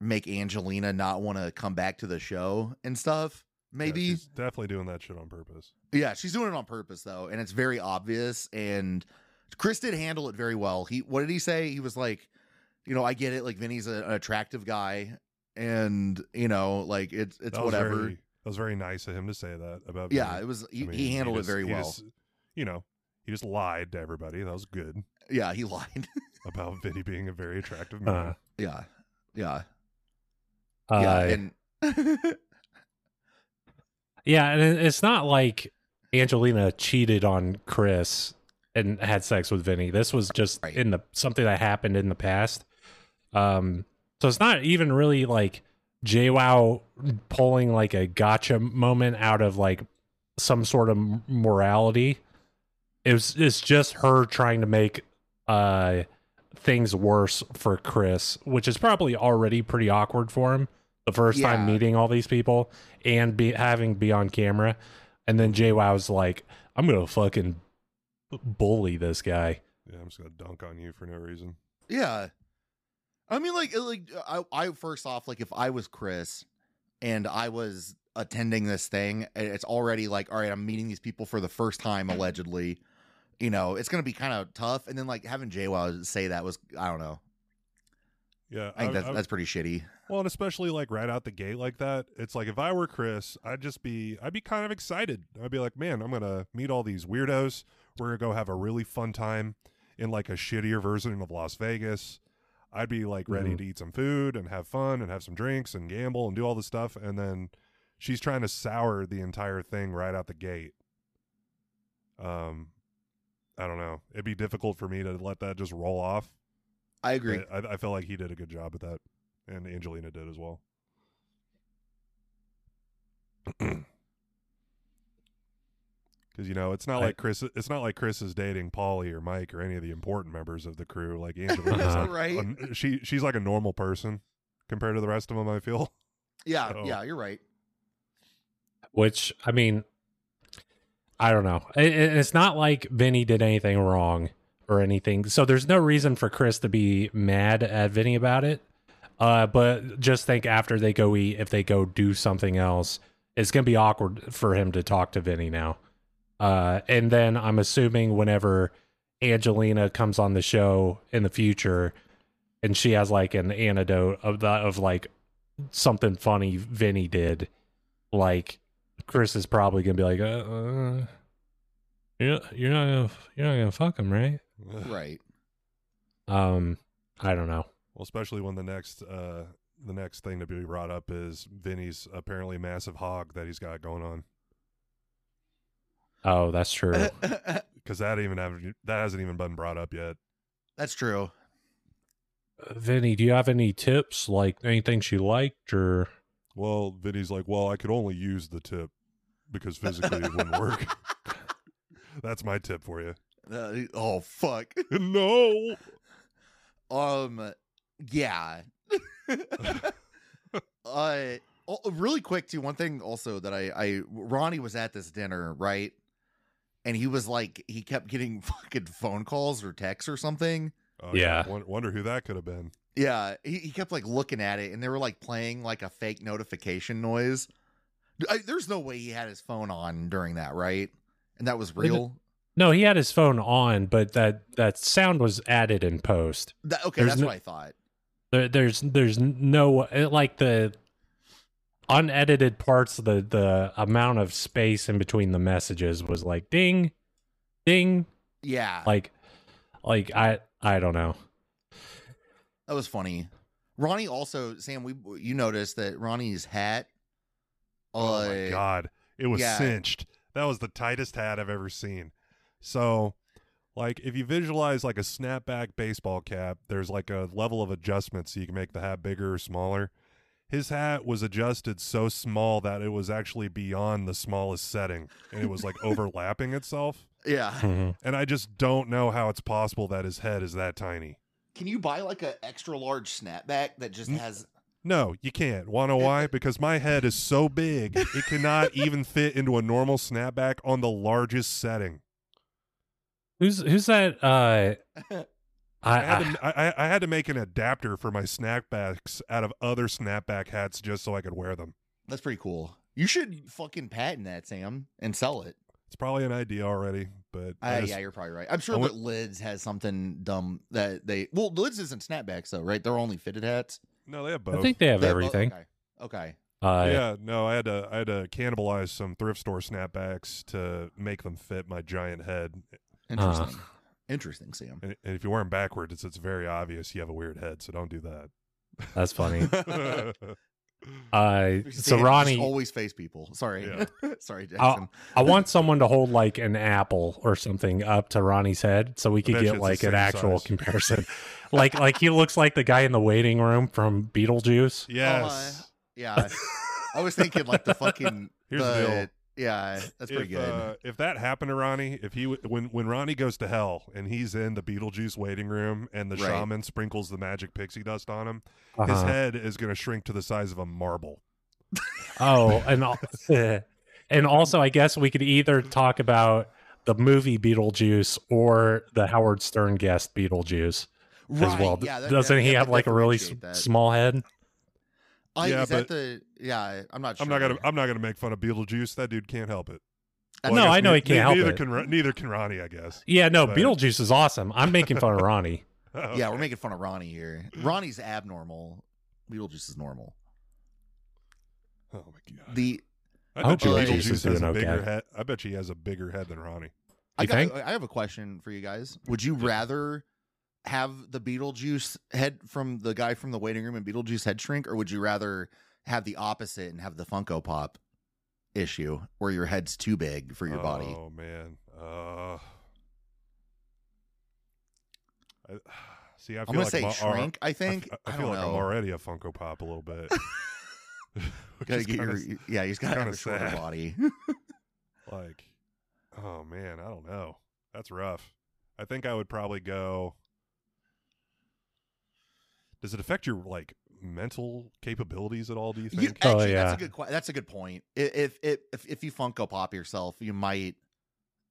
Speaker 6: make Angelina not want to come back to the show and stuff.
Speaker 5: Yeah,
Speaker 6: Maybe
Speaker 5: she's definitely doing that shit on purpose.
Speaker 6: Yeah, she's doing it on purpose though, and it's very obvious. And Chris did handle it very well. He what did he say? He was like, you know, I get it. Like Vinny's a, an attractive guy, and you know, like it's it's
Speaker 5: That was
Speaker 6: whatever.
Speaker 5: very- that was very nice of him to say that about.
Speaker 6: yeah,
Speaker 5: Vinny.
Speaker 6: it was. He,
Speaker 5: I mean,
Speaker 6: he handled
Speaker 5: just-
Speaker 6: it very
Speaker 5: he
Speaker 6: well.
Speaker 5: just, you know, he just lied to everybody. That was good
Speaker 6: yeah, he lied.
Speaker 5: about Vinny being a very attractive man.
Speaker 7: Uh,
Speaker 6: yeah, yeah,
Speaker 7: Uh,
Speaker 6: yeah. And
Speaker 7: Yeah, and it- it's not like Angelina cheated on Chris and had sex with Vinny. This was just
Speaker 6: Right.
Speaker 7: in the something that happened in the past. Um so it's not even really like JWoww pulling like a gotcha moment out of like some sort of m- morality. It was it's just her trying to make uh things worse for Chris, which is probably already pretty awkward for him the first time
Speaker 6: Yeah.
Speaker 7: meeting all these people and be having be on camera. And then JWoww's like, I'm gonna fucking bully this guy.
Speaker 5: Yeah, I'm just gonna dunk on you for no reason.
Speaker 6: yeah, I mean, like, like I, I first off, like if I was Chris, and I was attending this thing, and it's already like, all right, I'm meeting these people for the first time, allegedly. You know, it's gonna be kind of tough. And then like having JWoww say that was, I don't know,
Speaker 5: Yeah,
Speaker 6: I think that's
Speaker 5: I-
Speaker 6: that's pretty shitty.
Speaker 5: Well, and especially like right out the gate like that, it's like if I were Chris, I'd just be I'd be kind of excited. I'd be like, man, I'm gonna meet all these weirdos. We're gonna go have a really fun time. in like a shittier version of Las Vegas. I'd be like ready
Speaker 7: Mhm.
Speaker 5: to eat some food and have fun and have some drinks and gamble and do all this stuff. And then she's trying to sour the entire thing right out the gate. Um, I don't know. It'd be difficult for me to let that just roll off.
Speaker 6: I agree.
Speaker 5: but I, I felt like he did a good job at that, and Angelina did as well. Because you know, it's not
Speaker 7: I-
Speaker 5: like Chris. It's not like Chris is dating Polly or Mike or any of the important members of the crew. Like Angelina's like,
Speaker 6: Right.
Speaker 5: a- she she's like a normal person compared to the rest of them. I feel.
Speaker 6: Yeah,
Speaker 5: So-
Speaker 6: yeah, you're right.
Speaker 7: which I mean, I don't know. I- I- it's not like Vinny did anything wrong or anything, so there's no reason for Chris to be mad at Vinny about it. Uh, but just think after they go eat, if they go do something else, it's gonna be awkward for him to talk to Vinny now. Uh, and then I'm assuming whenever Angelina comes on the show in the future, and she has like an antidote of that of like something funny Vinny did, like Chris is probably gonna be like, uh, uh you're you're not gonna you're not gonna fuck him, right?
Speaker 6: Right.
Speaker 7: Um, I don't know.
Speaker 5: Well, especially when the next uh the next thing to be brought up is Vinny's apparently massive hog that he's got going on.
Speaker 7: Oh, that's true.
Speaker 6: Uh,
Speaker 5: Because that even haven't that hasn't even been brought up yet.
Speaker 6: That's true.
Speaker 7: Vinny, do you have any tips? Like anything she liked or
Speaker 5: Well, Vinny's like, well, I could only use the tip because physically it wouldn't work. That's my tip for you.
Speaker 6: Uh, oh fuck.
Speaker 5: no.
Speaker 6: Um, yeah. uh, oh, really quick too. One thing also that I, I Ronnie was at this dinner, right? And he was like, he kept getting fucking phone calls or texts or something.
Speaker 5: Oh,
Speaker 7: Yeah.
Speaker 5: Won- Wonder who that could have been.
Speaker 6: Yeah, he, he kept like looking at it, and they were like playing like a fake notification noise. D- I, there's no way he had his phone on during that, right? And that was
Speaker 7: Well, it-
Speaker 6: real.
Speaker 7: no? He had his phone on, but that that sound was added in post.
Speaker 6: That, okay,
Speaker 7: There's
Speaker 6: that's
Speaker 7: no-
Speaker 6: what I thought.
Speaker 7: There, there's there's no it- like the unedited parts. The the amount of space in between the messages was like ding, ding,
Speaker 6: Yeah,
Speaker 7: like like i i don't know
Speaker 6: that was funny. Ronnie also, Sam, we you noticed that Ronnie's hat.
Speaker 5: Oh my
Speaker 6: uh,
Speaker 5: god, it was
Speaker 6: yeah.
Speaker 5: cinched. That was the tightest hat I've ever seen. So, like, if you visualize like a snapback baseball cap, there's like a level of adjustment so you can make the hat bigger or smaller. His hat was adjusted so small that it was actually beyond the smallest setting, and it was like overlapping itself.
Speaker 6: Yeah.
Speaker 5: And I just don't know how it's possible that his head is that tiny.
Speaker 6: Can you buy like an extra large snapback that just
Speaker 7: Mm.
Speaker 6: has?
Speaker 5: No, you can't. Wanna why? Because my head is so big, it cannot even fit into a normal snapback on the largest setting.
Speaker 7: who's who's that uh I,
Speaker 5: I had,
Speaker 6: Ah.
Speaker 7: I
Speaker 5: to, I, I- I had to make an adapter for my snapbacks out of other snapback hats just so I could wear them.
Speaker 6: That's pretty cool. You should fucking patent that, Sam, and sell it.
Speaker 5: It's probably an idea already, but I
Speaker 6: Uh,
Speaker 5: just-
Speaker 6: yeah, you're probably right. I'm sure
Speaker 5: I
Speaker 6: that
Speaker 5: went-
Speaker 6: Lids has something dumb that they. Well, Lids isn't snapbacks though, right? They're only fitted hats.
Speaker 5: no, they have both.
Speaker 7: I think they have
Speaker 6: They- oh,
Speaker 7: everything
Speaker 6: okay. okay.
Speaker 7: uh
Speaker 5: yeah, no, I had to I had to cannibalize some thrift store snapbacks to make them fit my giant head.
Speaker 6: Interesting. Interesting, Sam.
Speaker 5: And, and if you wear them backwards, it's, it's very obvious you have a weird head, so don't do that.
Speaker 7: that's funny
Speaker 6: Oh,
Speaker 7: uh so
Speaker 6: Sam just
Speaker 7: ronnie
Speaker 6: always face people. Sorry,
Speaker 5: Yeah.
Speaker 6: sorry, Jackson.
Speaker 7: I'll- i want someone to hold like an apple or something up to ronnie's head so we could
Speaker 5: bet you
Speaker 7: get
Speaker 5: it's
Speaker 7: like
Speaker 5: the
Speaker 7: an
Speaker 5: same
Speaker 7: actual
Speaker 5: size.
Speaker 7: comparison like like he looks like the guy in the waiting room from beetlejuice
Speaker 5: yes.
Speaker 6: yeah, I was thinking like the fucking.
Speaker 5: Here's the deal.
Speaker 6: Yeah, that's pretty
Speaker 5: if,
Speaker 6: good.
Speaker 5: uh, if that happened to Ronnie, if he w- when when Ronnie goes to hell and he's in the Beetlejuice waiting room and the
Speaker 6: Right.
Speaker 5: shaman sprinkles the magic pixie dust on him, his
Speaker 7: Uh-huh.
Speaker 5: head is going to shrink to the size of a marble.
Speaker 7: oh and al- and also i guess we could either talk about the movie beetlejuice or the howard stern guest beetlejuice as well.
Speaker 6: that-
Speaker 7: Doesn't
Speaker 6: that-
Speaker 7: he
Speaker 6: that
Speaker 7: have
Speaker 6: would
Speaker 7: like a really s-
Speaker 6: differentiate that.
Speaker 7: small head?
Speaker 6: I,
Speaker 5: Yeah,
Speaker 6: is that
Speaker 5: but-
Speaker 6: the? Yeah, I'm not. Sure.
Speaker 5: I'm not gonna I'm not gonna make fun of Beetlejuice. That dude can't help it.
Speaker 6: I
Speaker 7: no,
Speaker 5: guess
Speaker 7: I know he
Speaker 5: ne-
Speaker 7: can't
Speaker 5: ne-
Speaker 7: help
Speaker 5: neither
Speaker 7: it.
Speaker 5: Can, Ron- neither can Ronnie, I guess.
Speaker 7: Yeah, no,
Speaker 5: But-
Speaker 7: Beetlejuice is awesome. I'm making fun of Ronnie.
Speaker 6: Yeah, we're making fun of Ronnie here. Ronnie's abnormal. Beetlejuice is normal.
Speaker 5: Oh my god.
Speaker 6: The
Speaker 5: I,
Speaker 7: I hope
Speaker 5: bet you
Speaker 6: Beetlejuice
Speaker 5: Beetlejuice
Speaker 7: Oh, is
Speaker 5: has
Speaker 7: doing
Speaker 5: a bigger
Speaker 7: okay.
Speaker 5: head. I bet you he has a bigger head than Ronnie.
Speaker 6: I,
Speaker 7: You
Speaker 6: got,
Speaker 7: think?
Speaker 6: I have a question for you guys. Would you rather have the Beetlejuice head from the guy from the waiting room and Beetlejuice head shrink, or would you rather have the opposite and have the Funko Pop issue where your head's too big for your body?
Speaker 5: Oh man. Uh, I, see, I
Speaker 6: I'm
Speaker 5: feel
Speaker 6: gonna
Speaker 5: like
Speaker 6: say
Speaker 5: I'm a- alre-
Speaker 6: shrink. I
Speaker 5: I f-
Speaker 6: think.
Speaker 5: I,
Speaker 6: I,
Speaker 5: feel
Speaker 6: don't
Speaker 5: like I'm
Speaker 6: know.
Speaker 5: already a Funko Pop a little bit. Which
Speaker 6: Gotta
Speaker 5: is
Speaker 6: get
Speaker 5: kinda
Speaker 6: your,
Speaker 5: s-
Speaker 6: yeah, he's got to have
Speaker 5: kinda
Speaker 6: a shorter
Speaker 5: sad.
Speaker 6: body.
Speaker 5: like, oh man, I don't know. That's rough. I think I would probably go. Does it affect your like mental capabilities at all? Do you
Speaker 6: You,
Speaker 5: think?
Speaker 7: Oh,
Speaker 6: actually, that's
Speaker 7: yeah.
Speaker 6: a good que- that's a good point. I- If if if, if you Funko Pop yourself, you might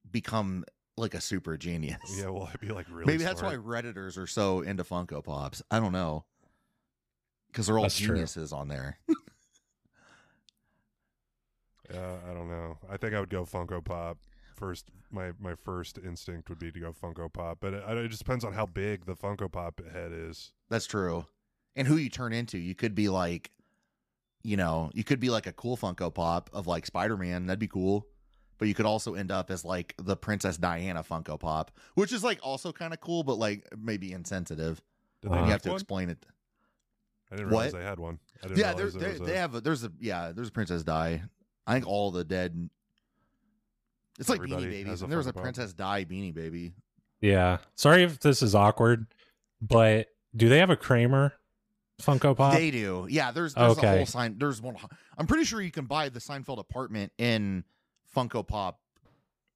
Speaker 6: become like a super genius.
Speaker 5: yeah, well, I'd be like really.
Speaker 6: Maybe that's why
Speaker 5: smart.
Speaker 6: redditors are so into Funko Pops. I don't know, because they're all
Speaker 7: That's true.
Speaker 6: geniuses on there.
Speaker 5: Uh, I don't know. I think I would go Funko Pop first. My my first instinct would be to go Funko Pop, but it, it just depends on how big the Funko Pop head is.
Speaker 6: That's true. And who you turn into, you could be like, you know, you could be like a cool Funko Pop of like Spider Man. That'd be cool. But you could also end up as like the Princess Diana Funko Pop, which is like also kind of cool, but like maybe insensitive.
Speaker 5: Did
Speaker 7: Uh,
Speaker 5: they
Speaker 6: you
Speaker 5: have
Speaker 6: have to
Speaker 5: one?
Speaker 6: explain it.
Speaker 5: I didn't realize
Speaker 6: What?
Speaker 5: they had one. Uh-huh. I didn't
Speaker 6: Yeah, there,
Speaker 5: realize there
Speaker 6: there,
Speaker 5: was a-
Speaker 6: they have a, there's a yeah there's a Princess Di. I think all the dead. It's like
Speaker 5: Everybody
Speaker 6: Beanie Babies.
Speaker 5: has a
Speaker 6: And there was a
Speaker 5: Funko Pop.
Speaker 6: Princess Di Beanie Baby.
Speaker 7: Yeah. Sorry if this is awkward, but do they have a Kramer Funko Pop?
Speaker 6: They do. Yeah, there's there's a
Speaker 7: Okay.
Speaker 6: whole sign. There's one. I'm pretty sure you can buy the Seinfeld apartment in Funko Pop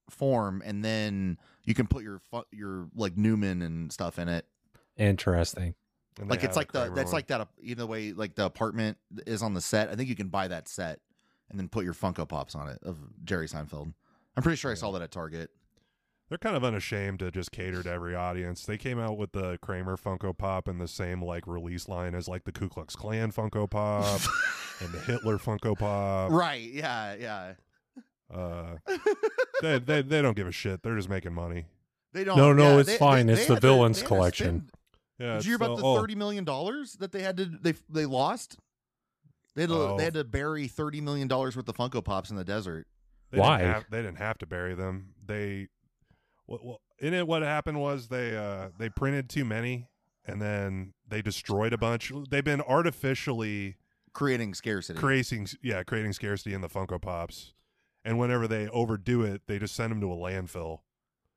Speaker 6: form, and then you can put your fu- your like Newman and stuff in it.
Speaker 7: Interesting.
Speaker 5: and they
Speaker 6: Like
Speaker 5: had
Speaker 6: it's
Speaker 5: a
Speaker 6: like the
Speaker 5: Kramer
Speaker 6: that's
Speaker 5: one.
Speaker 6: like that. You know, the way like the apartment is on the set. I think you can buy that set and then put your Funko Pops on it of Jerry Seinfeld. I'm pretty sure I saw that at Target.
Speaker 5: They're kind of unashamed to just cater to every audience. They came out with the Kramer Funko Pop and the same like release line as like the Ku Klux Klan Funko Pop and the Hitler Funko Pop.
Speaker 6: right? Yeah, yeah.
Speaker 5: Uh, they, they they don't give a shit. They're just making money.
Speaker 6: They don't.
Speaker 7: No, no,
Speaker 6: yeah,
Speaker 7: it's
Speaker 6: they-
Speaker 7: fine.
Speaker 6: they-
Speaker 7: It's
Speaker 6: they
Speaker 7: the
Speaker 6: had to-
Speaker 7: villains
Speaker 6: they had to
Speaker 7: collection.
Speaker 6: spend
Speaker 5: Yeah,
Speaker 6: Did you hear
Speaker 5: it's
Speaker 6: about the
Speaker 5: oh,
Speaker 6: thirty million dollars that they had to they they lost? They had to,
Speaker 5: Oh.
Speaker 6: they had to bury thirty million dollars worth of Funko Pops in the desert.
Speaker 5: They didn't
Speaker 7: Why?
Speaker 5: have- they didn't have to bury them. They, what, what, in it, what happened was they uh, they printed too many, and then they destroyed a bunch. They've been artificially
Speaker 6: Creating scarcity.
Speaker 5: creating, yeah, creating scarcity in the Funko Pops. And whenever they overdo it, they just send them to a landfill.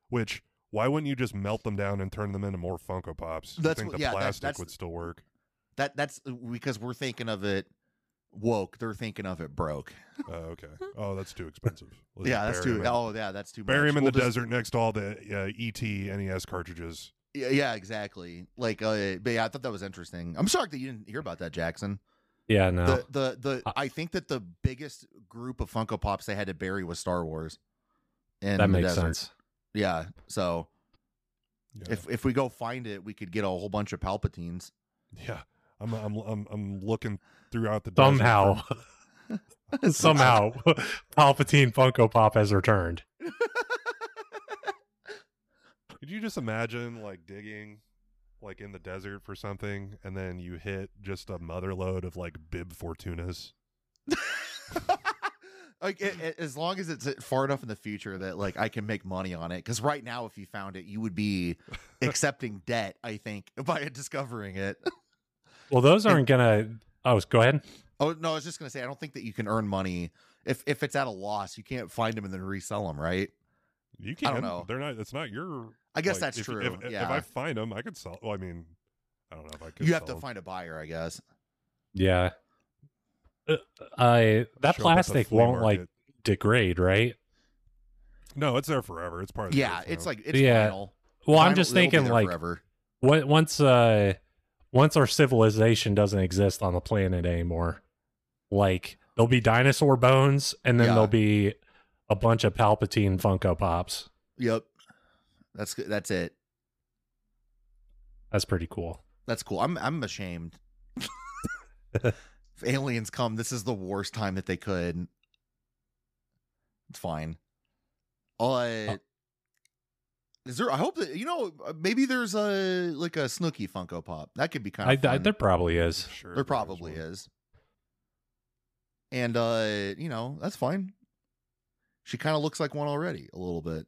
Speaker 5: Which why wouldn't you just melt them down and turn them into more Funko Pops? I
Speaker 6: That's
Speaker 5: think
Speaker 6: what-
Speaker 5: the
Speaker 6: yeah, that-
Speaker 5: plastic
Speaker 6: that's-
Speaker 5: would still work.
Speaker 6: that that's because we're thinking of it woke. They're thinking of it broke.
Speaker 5: Oh, okay. Oh, that's too expensive. Let's
Speaker 6: yeah,
Speaker 5: just bury
Speaker 6: that's too.
Speaker 5: 'em in-
Speaker 6: Oh, yeah, that's too.
Speaker 5: bury
Speaker 6: much.
Speaker 5: them in
Speaker 6: We'll
Speaker 5: the
Speaker 6: just-
Speaker 5: desert next to all the uh, ET NES cartridges.
Speaker 6: Yeah, yeah, exactly. Like, uh, but yeah, I thought that was interesting. I'm shocked that you didn't hear about that, Jackson.
Speaker 7: Yeah, no.
Speaker 6: The the the.
Speaker 5: Uh,
Speaker 6: I think that the biggest group of Funko Pops they had to bury was Star Wars. In the
Speaker 7: that makes
Speaker 6: desert.
Speaker 7: sense.
Speaker 6: Yeah. So
Speaker 5: Yeah.
Speaker 6: If if we go find it, we could get a whole bunch of Palpatines.
Speaker 5: Yeah, I'm I'm I'm, I'm looking throughout the desert
Speaker 7: Somehow.
Speaker 5: for-
Speaker 7: Somehow Palpatine Funko Pop has returned.
Speaker 5: Could you just imagine like digging, like in the desert for something, and then you hit just a mother load of like bib fortunas?
Speaker 6: like a- a- as long as it's uh, far enough in the future that like I can make money on it. Because right now, if you found it, you would be accepting debt. I think by discovering it.
Speaker 7: Well, those aren't gonna Oh, go ahead.
Speaker 6: Oh no, I was just gonna say I don't think that you can earn money if if it's at a loss. You can't find them and then resell them, right?
Speaker 5: You
Speaker 6: I
Speaker 5: can't.
Speaker 6: don't know.
Speaker 5: They're not. It's not your.
Speaker 6: I guess
Speaker 5: like,
Speaker 6: that's
Speaker 5: if-
Speaker 6: true.
Speaker 5: If, if,
Speaker 6: yeah,
Speaker 5: I find them, I could sell. Well, I mean, I don't know if I could.
Speaker 6: you have
Speaker 5: sell
Speaker 6: to
Speaker 5: 'em.
Speaker 6: find a buyer, I guess.
Speaker 7: Yeah. Uh, I
Speaker 5: Show
Speaker 7: that
Speaker 5: up at the
Speaker 7: plastic
Speaker 5: flea
Speaker 7: won't like
Speaker 5: market.
Speaker 7: degrade, right?
Speaker 5: No, it's there forever. It's part of. the
Speaker 6: Yeah,
Speaker 5: earth
Speaker 6: it's
Speaker 5: now.
Speaker 6: like it's
Speaker 7: Yeah.
Speaker 6: final.
Speaker 7: Well, I'm
Speaker 6: Final-
Speaker 7: just
Speaker 6: it'll be
Speaker 7: thinking
Speaker 6: there
Speaker 7: like
Speaker 6: forever.
Speaker 7: what once uh once our civilization doesn't exist on the planet anymore like there'll be dinosaur bones and then
Speaker 6: Yeah.
Speaker 7: there'll be a bunch of palpatine funko pops
Speaker 6: Yep, that's good. That's it.
Speaker 7: that's pretty cool
Speaker 6: That's cool. I'm I'm ashamed. if aliens come, this is the worst time that they could. It's fine. Uh, is there? I hope that you know. uh, Maybe there's a like a Snooky Funko Pop that could be kind
Speaker 7: I,
Speaker 6: of.
Speaker 7: I,
Speaker 6: fun.
Speaker 7: there probably is
Speaker 5: Sure,
Speaker 6: there
Speaker 5: is
Speaker 6: probably
Speaker 5: one.
Speaker 6: is. And uh, you know that's fine. She kind of looks like one already a little bit.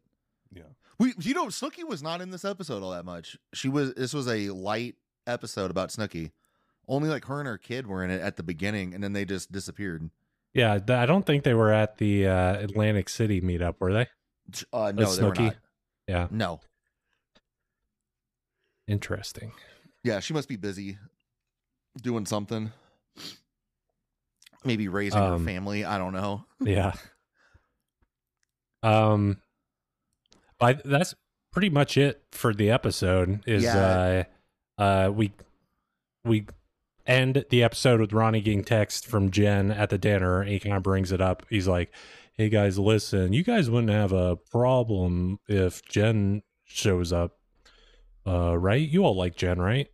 Speaker 5: Yeah.
Speaker 6: We, you know, Snooky was not in this episode all that much. She was. This was a light episode about Snooky. Only like her and her kid were in it at the beginning, and then they just disappeared.
Speaker 7: Yeah, th- I don't think they were at the uh, Atlantic City meetup, were they?
Speaker 6: Uh, no,
Speaker 7: With
Speaker 6: they were
Speaker 7: Snooki?
Speaker 6: not.
Speaker 7: Yeah,
Speaker 6: No,
Speaker 7: interesting.
Speaker 6: yeah, she must be busy doing something. Maybe raising
Speaker 7: Um,
Speaker 6: her family. I don't know.
Speaker 7: yeah. Um, I, that's pretty much it for the episode. Is
Speaker 6: Yeah.
Speaker 7: uh, uh, we we end the episode with Ronnie getting text from Jen at the dinner. and He kind of brings it up. He's like, "Hey guys, listen, you guys wouldn't have a problem if Jen shows up, uh, right? You all like Jen, right?"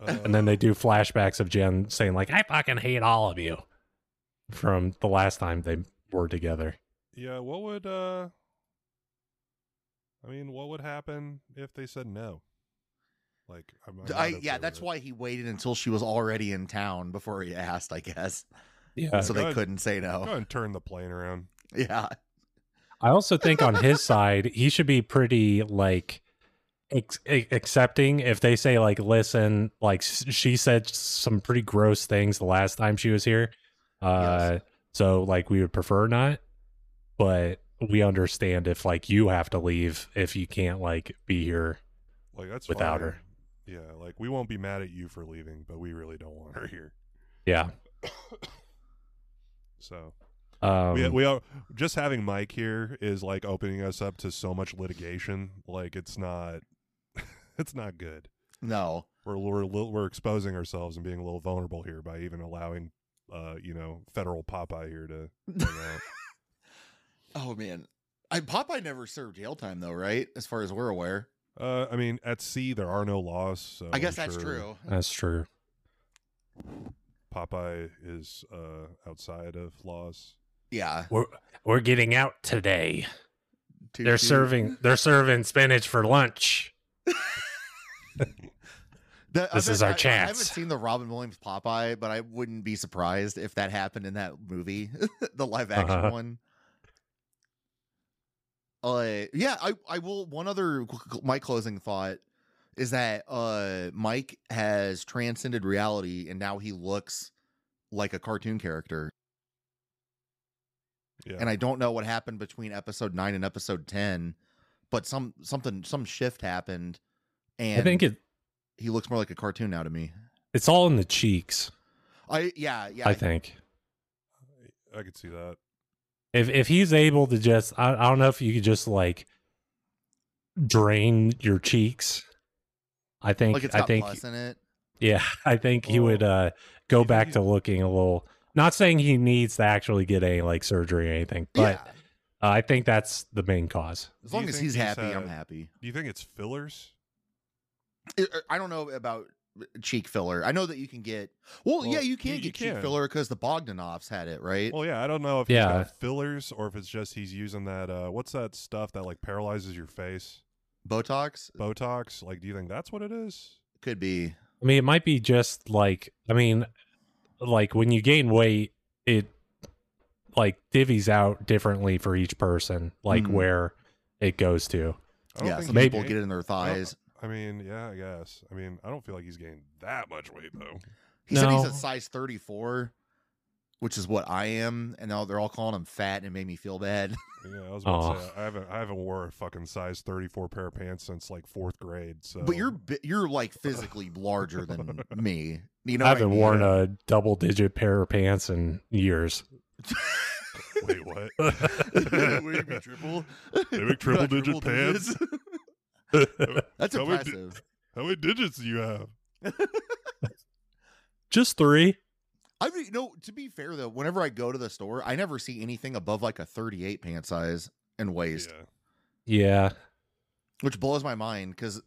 Speaker 5: Uh,
Speaker 7: And then they do flashbacks of Jen saying like, "I fucking hate all of you," from the last time they were together.
Speaker 5: yeah, what would uh I mean, what would happen if they said no? Like I'm, I'm not
Speaker 6: I, yeah,
Speaker 5: okay
Speaker 6: that's
Speaker 5: with
Speaker 6: why he waited until she was already in town before he asked. I guess
Speaker 7: Yeah.
Speaker 6: so
Speaker 5: go
Speaker 6: they
Speaker 5: ahead.
Speaker 6: couldn't say
Speaker 5: it. Go
Speaker 6: no.
Speaker 5: ahead and turn the plane around.
Speaker 6: Yeah,
Speaker 7: I also think on his side, he should be pretty like ex- a- accepting if they say like, listen, like s- she said some pretty gross things the last time she was here. Uh, so like we would prefer not, but we understand if like you have to leave if you can't like be here
Speaker 5: Like that's
Speaker 7: without
Speaker 5: fine.
Speaker 7: her.
Speaker 5: Yeah, like we won't be mad at you for leaving, but we really don't want her here.
Speaker 7: Yeah.
Speaker 5: So
Speaker 7: Um,
Speaker 5: we, we are just having Mike here is like opening us up to so much litigation. Like it's not, it's not good.
Speaker 6: no.
Speaker 5: We're we're li- we're exposing ourselves and being a little vulnerable here by even allowing, uh, you know, federal Popeye here to. hang out.
Speaker 6: Oh man, I Popeye never served jail time though, right? As far as we're aware,
Speaker 5: Uh, I mean, at sea there are no laws, so
Speaker 6: I guess
Speaker 5: I'm
Speaker 6: that's
Speaker 5: sure
Speaker 6: true.
Speaker 7: that's true.
Speaker 5: Popeye is uh outside of laws.
Speaker 6: Yeah,
Speaker 7: We're we're getting out today.
Speaker 6: Two
Speaker 7: they're
Speaker 6: shoes.
Speaker 7: serving they're serving spinach for lunch.
Speaker 6: That- I
Speaker 7: This is
Speaker 6: bet-
Speaker 7: our
Speaker 6: I- I haven't
Speaker 7: chance.
Speaker 6: seen the Robin Williams Popeye, but I wouldn't be surprised if that happened in that movie, the live action
Speaker 7: Uh-huh.
Speaker 6: one. Uh, yeah, I I will. One other my closing thought is that uh Mike has transcended reality and now he looks like a cartoon character.
Speaker 5: Yeah,
Speaker 6: and I don't know what happened between episode nine and episode ten, but some something some shift happened, and
Speaker 7: I think it
Speaker 6: he looks more like a cartoon now to me.
Speaker 7: it's all in the cheeks.
Speaker 6: I yeah yeah
Speaker 7: I think
Speaker 5: I could see that.
Speaker 7: if if he's able to just, I, I don't know if you could just like drain your cheeks. I think
Speaker 6: like it's
Speaker 7: I
Speaker 6: got Oh.
Speaker 7: think
Speaker 6: plus in it.
Speaker 7: yeah, I think he
Speaker 5: Well,
Speaker 7: would uh
Speaker 5: you
Speaker 7: go
Speaker 5: think
Speaker 7: back
Speaker 5: he's-
Speaker 7: to looking a little. Not saying he needs to actually get any like surgery or anything, but
Speaker 6: yeah,
Speaker 7: uh, I think that's the main cause.
Speaker 6: as
Speaker 5: Do you
Speaker 6: long as
Speaker 5: think
Speaker 6: he's
Speaker 5: he's
Speaker 6: happy, I'm
Speaker 5: had-
Speaker 6: happy.
Speaker 5: Do you think it's fillers?
Speaker 6: I- I don't know about cheek filler. I know that you can get well,
Speaker 5: Well,
Speaker 6: yeah, you can
Speaker 5: you-
Speaker 6: get
Speaker 5: you
Speaker 6: cheek
Speaker 5: can.
Speaker 6: filler because the Bogdanovs had it right.
Speaker 5: Well, yeah, I don't know if
Speaker 7: Yeah.
Speaker 5: he's got fillers or if it's just he's using that. Uh, what's that stuff that like paralyzes your face?
Speaker 6: Botox
Speaker 5: Botox? Like, do you think that's what it is?
Speaker 6: could be
Speaker 7: I mean, it might be just like I mean, like when you gain weight, it like divvies out differently for each person, like
Speaker 6: Mhm.
Speaker 7: where it goes to.
Speaker 5: I don't
Speaker 6: yeah.
Speaker 5: think
Speaker 6: Some
Speaker 5: he's
Speaker 6: people
Speaker 5: gained-
Speaker 6: get it in their thighs.
Speaker 5: I mean, yeah, I guess. I mean, I don't feel like he's gained that much weight though.
Speaker 6: He said he's
Speaker 7: No.
Speaker 6: a size 34, which is what I am, and now they're all calling him fat, and it made me feel bad.
Speaker 5: Yeah, I was about to
Speaker 7: Aw.
Speaker 5: say I haven't I haven't wore a fucking size thirty four pair of pants since like fourth grade. So,
Speaker 6: But you're bi- you're like physically larger than me. You know,
Speaker 7: I
Speaker 6: what
Speaker 7: haven't
Speaker 6: mean?
Speaker 7: worn a double digit pair of pants in years.
Speaker 5: wait, what?
Speaker 6: We be triple.
Speaker 5: They make triple digit pants?
Speaker 6: digits. That's
Speaker 5: How we do-
Speaker 6: impressive.
Speaker 5: How many digits do you have?
Speaker 7: Just three.
Speaker 6: I mean, no. To be fair though, whenever I go to the store, I never see anything above like a 38 pant size and waist,
Speaker 5: Yeah.
Speaker 7: Yeah.
Speaker 6: which blows my mind because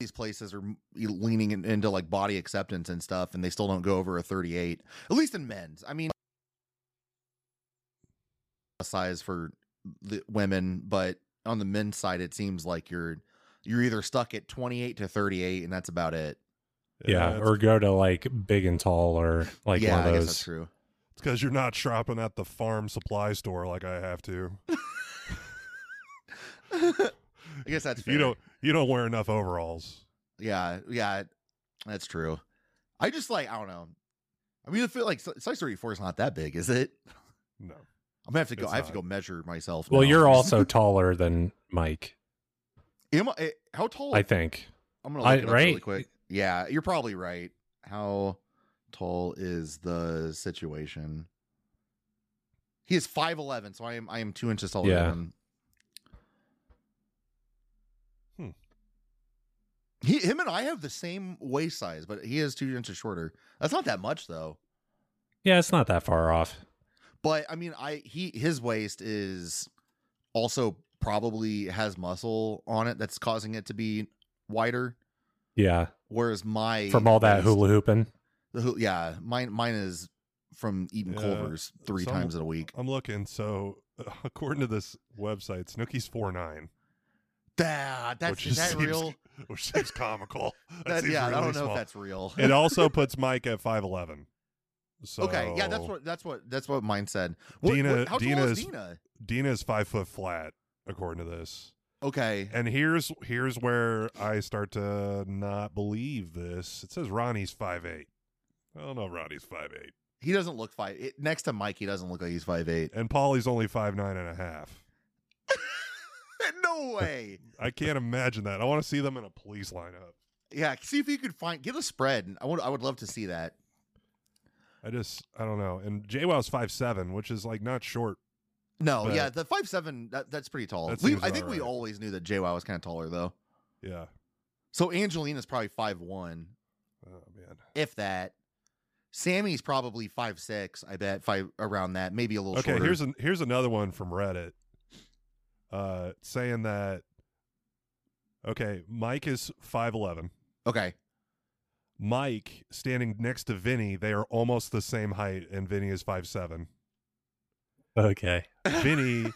Speaker 6: these places are e, leaning in- into like body acceptance and stuff, and they still don't go over a 38. At least in men's. I mean, a size for the women, but on the men's side, it seems like you're you're either stuck at 28 to 38, and that's about it.
Speaker 7: Yeah.
Speaker 5: it's-
Speaker 7: or go to like big and tall or like
Speaker 6: yeah,
Speaker 7: one of
Speaker 6: I guess that's
Speaker 7: those.
Speaker 6: true.
Speaker 5: It's because you're not shopping at the farm supply store like I have to.
Speaker 6: I guess that's fair.
Speaker 5: you don't you don't wear enough overalls.
Speaker 6: Yeah, yeah, that's true. I just like I don't know. I mean, I feel like size thirty four is not that big, is it?
Speaker 5: No.
Speaker 6: I'm gonna have to go.
Speaker 5: It's
Speaker 6: I have to
Speaker 5: not.
Speaker 6: go measure myself.
Speaker 7: Well,
Speaker 6: now.
Speaker 7: you're also taller than Mike,
Speaker 6: Am I, eh, how tall?
Speaker 7: I think.
Speaker 6: I'm gonna
Speaker 7: I-
Speaker 6: look it up really
Speaker 7: right?
Speaker 6: quick. Yeah, you're probably right. How tall is the situation? He is five eleven, so I am I am two inches taller
Speaker 7: Yeah.
Speaker 6: than him.
Speaker 5: Hmm.
Speaker 6: He, him and I have the same waist size, but he is two inches shorter. That's not that much though.
Speaker 7: Yeah, it's not that far off.
Speaker 6: But I mean, I he his waist is also probably has muscle on it that's causing it to be wider.
Speaker 7: Yeah,
Speaker 6: Whereas my
Speaker 7: from all
Speaker 6: waist-
Speaker 7: that hula hooping.
Speaker 6: the hoo- yeah, mine mine is from eating
Speaker 5: Yeah,
Speaker 6: Culver's three
Speaker 5: some-
Speaker 6: times in a week.
Speaker 5: I'm looking. So uh, according to this website, Snooki's four nine,
Speaker 6: That that's
Speaker 5: Which
Speaker 6: is
Speaker 5: just
Speaker 6: that
Speaker 5: seems
Speaker 6: real?
Speaker 5: which seems comical. That
Speaker 6: That,
Speaker 5: seems
Speaker 6: yeah, I
Speaker 5: really
Speaker 6: don't know
Speaker 5: small.
Speaker 6: if that's real.
Speaker 5: It also puts Mike at five eleven. So
Speaker 6: okay, yeah, that's what that's what that's what mine said. What,
Speaker 5: Dina-
Speaker 6: what- how
Speaker 5: Dina
Speaker 6: tall is
Speaker 5: is-
Speaker 6: Dina?
Speaker 5: Dina is five foot flat according to this.
Speaker 6: Okay,
Speaker 5: And here's here's where I start to not believe this. It says Ronnie's five eight. I don't know if Ronnie's five eight.
Speaker 6: he doesn't look five. It, next to Mike, he doesn't look like he's five eight.
Speaker 5: And Polly's only five nine and a half.
Speaker 6: no way.
Speaker 5: I can't imagine that. I want to see them in a police lineup.
Speaker 6: Yeah, see if you could find get a spread. I would I would love to see that.
Speaker 5: I just I don't know. And J Wow's five seven, which is like not short.
Speaker 6: No,
Speaker 5: But-
Speaker 6: yeah, the five seven that, that's pretty tall.
Speaker 5: That
Speaker 6: We,
Speaker 5: seems
Speaker 6: I think we
Speaker 5: alright.
Speaker 6: always knew that JWoww was kind of taller though.
Speaker 5: Yeah.
Speaker 6: So Angelina's probably five one,
Speaker 5: Oh man.
Speaker 6: if that. Sammy's probably five six. I bet five around that, maybe a little
Speaker 5: Okay,
Speaker 6: shorter.
Speaker 5: here's an here's another one from Reddit. Uh saying that Okay, Mike is five eleven.
Speaker 6: okay,
Speaker 5: Mike standing next to Vinny, they are almost the same height, and Vinny is five seven.
Speaker 7: Okay.
Speaker 5: Vinny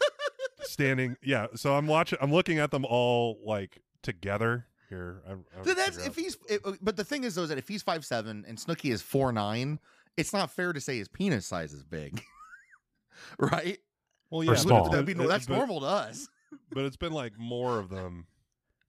Speaker 5: standing, yeah. So I'm watching, I'm looking at them all like together here. I, I
Speaker 6: Th- that's
Speaker 5: figure
Speaker 6: if
Speaker 5: out-
Speaker 6: he's. It, uh, but the thing is, though, is that if he's five seven and Snooky is four nine, it's not fair to say his penis size is big, right?
Speaker 5: well,
Speaker 7: Or
Speaker 5: yeah, but
Speaker 7: small.
Speaker 6: That'd be,
Speaker 5: it-
Speaker 6: that's
Speaker 5: but-
Speaker 6: normal to us.
Speaker 5: But it's been like more of them.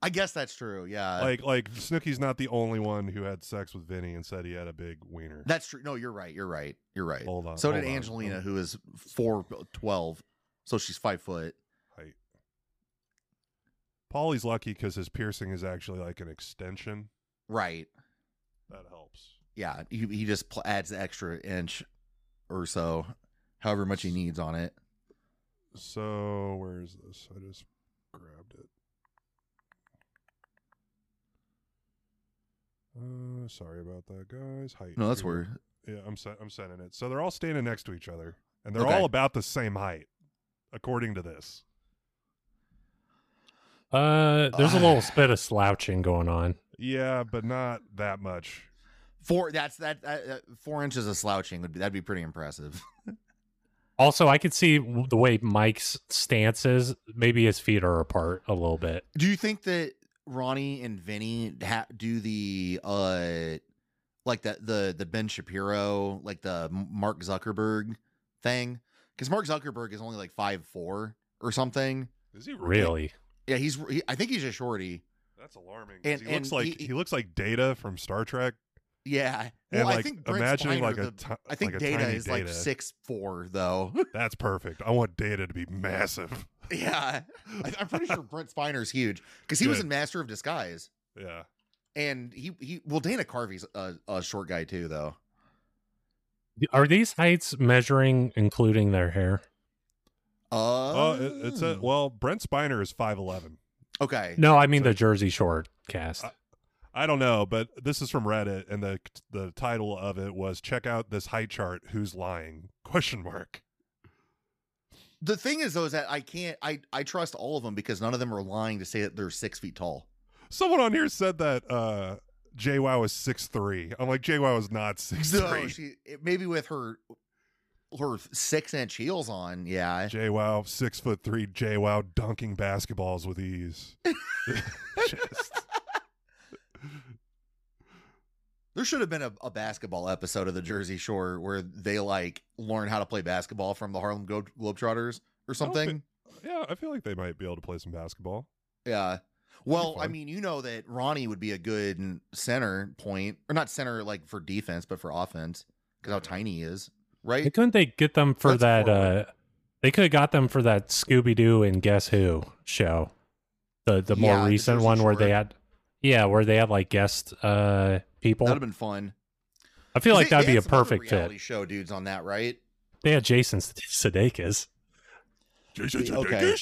Speaker 6: I guess that's true. Yeah,
Speaker 5: Like like Snooky's not the only one who had sex with Vinny and said he had a big wiener.
Speaker 6: that's true. No, you're right. You're right. You're right.
Speaker 5: Hold on,
Speaker 6: so did
Speaker 5: hold on.
Speaker 6: Angelina, who is four twelve, so she's five foot.
Speaker 5: height. Paulie's lucky because his piercing is actually like an extension.
Speaker 6: Right.
Speaker 5: That helps.
Speaker 6: yeah, he, he just pl- adds the extra inch or so, however much he needs on it.
Speaker 5: So where is this? I just grabbed it. Uh, sorry about that, guys. Height.
Speaker 6: No, that's
Speaker 5: Here we
Speaker 6: weird.
Speaker 5: go. Yeah, I'm se- I'm sending it. So they're all standing next to each other, and they're
Speaker 6: Okay.
Speaker 5: all about the same height, according to this.
Speaker 7: Uh, there's a little bit of slouching going on.
Speaker 5: Yeah, but not that much.
Speaker 6: Four that's that, that, that four inches of slouching would be that'd be pretty impressive.
Speaker 7: Also, I could see w- the way Mike's stance is. Maybe his feet are apart a little bit.
Speaker 6: Do you think that Ronnie and Vinny ha- do the uh like the the the Ben Shapiro like the M- Mark Zuckerberg thing? Because Mark Zuckerberg is only like five four or something.
Speaker 5: Is he
Speaker 7: Really?
Speaker 6: Yeah, he's he, I think he's a shorty.
Speaker 5: That's alarming. 'cause
Speaker 6: And-
Speaker 5: he
Speaker 6: and
Speaker 5: looks like
Speaker 6: he-
Speaker 5: he, looks like Data from Star Trek.
Speaker 6: Yeah,
Speaker 5: And
Speaker 6: well,
Speaker 5: like
Speaker 6: I think Brent
Speaker 5: imagining
Speaker 6: Spiner,
Speaker 5: like
Speaker 6: the-
Speaker 5: a ti-
Speaker 6: I think
Speaker 5: like a
Speaker 6: Data
Speaker 5: tiny
Speaker 6: is like
Speaker 5: Data.
Speaker 6: six four though.
Speaker 5: That's perfect. I want Data to be massive.
Speaker 6: yeah, I, I'm pretty sure Brent Spiner's huge because he was
Speaker 5: Good.
Speaker 6: in Master of Disguise,
Speaker 5: Yeah.
Speaker 6: and he he well Dana Carvey's a, a short guy too though.
Speaker 7: Are these heights measuring including their hair?
Speaker 6: Uh,
Speaker 5: Oh, it, it's a well. Brent Spiner is five eleven.
Speaker 6: okay.
Speaker 7: No, I mean
Speaker 5: So-
Speaker 7: the Jersey Shore cast.
Speaker 5: Uh, I don't know, but this is from Reddit, and the the title of it was "Check out this height chart. Who's lying?" Question mark.
Speaker 6: The thing is though is that I can't I I trust all of them because none of them are lying to say that they're six feet tall.
Speaker 5: Someone on here said that uh, Jay Wow is six three. I'm like Jay Wow is not six
Speaker 6: So
Speaker 5: three.
Speaker 6: she it, maybe with her her six inch heels on, yeah.
Speaker 5: Jay Wow six foot three. Jay Wow dunking basketballs with ease. Just-
Speaker 6: There should have been a, a basketball episode of the Jersey Shore where they like learn how to play basketball from the Harlem Globe- Globetrotters or something.
Speaker 5: Yeah, I feel like they might be able to play some basketball.
Speaker 6: Yeah. Well, I
Speaker 5: fun.
Speaker 6: mean, you know that Ronnie would be a good center point, or not center like for defense, but for offense, because how tiny he is,
Speaker 7: Why
Speaker 6: right?
Speaker 7: couldn't they get them for
Speaker 6: That's
Speaker 7: that? uh They could have got them for that Scooby Doo and Guess Who show, the the more
Speaker 6: Yeah, the
Speaker 7: recent
Speaker 6: Jersey
Speaker 7: one where they
Speaker 6: Shore.
Speaker 7: had, yeah, where they had like guest uh people.
Speaker 6: That'd have been fun.
Speaker 7: I feel like that'd be a perfect
Speaker 6: reality
Speaker 7: fit.
Speaker 6: Show dudes on that, right?
Speaker 7: They had Jason Sudeikis.
Speaker 6: Okay.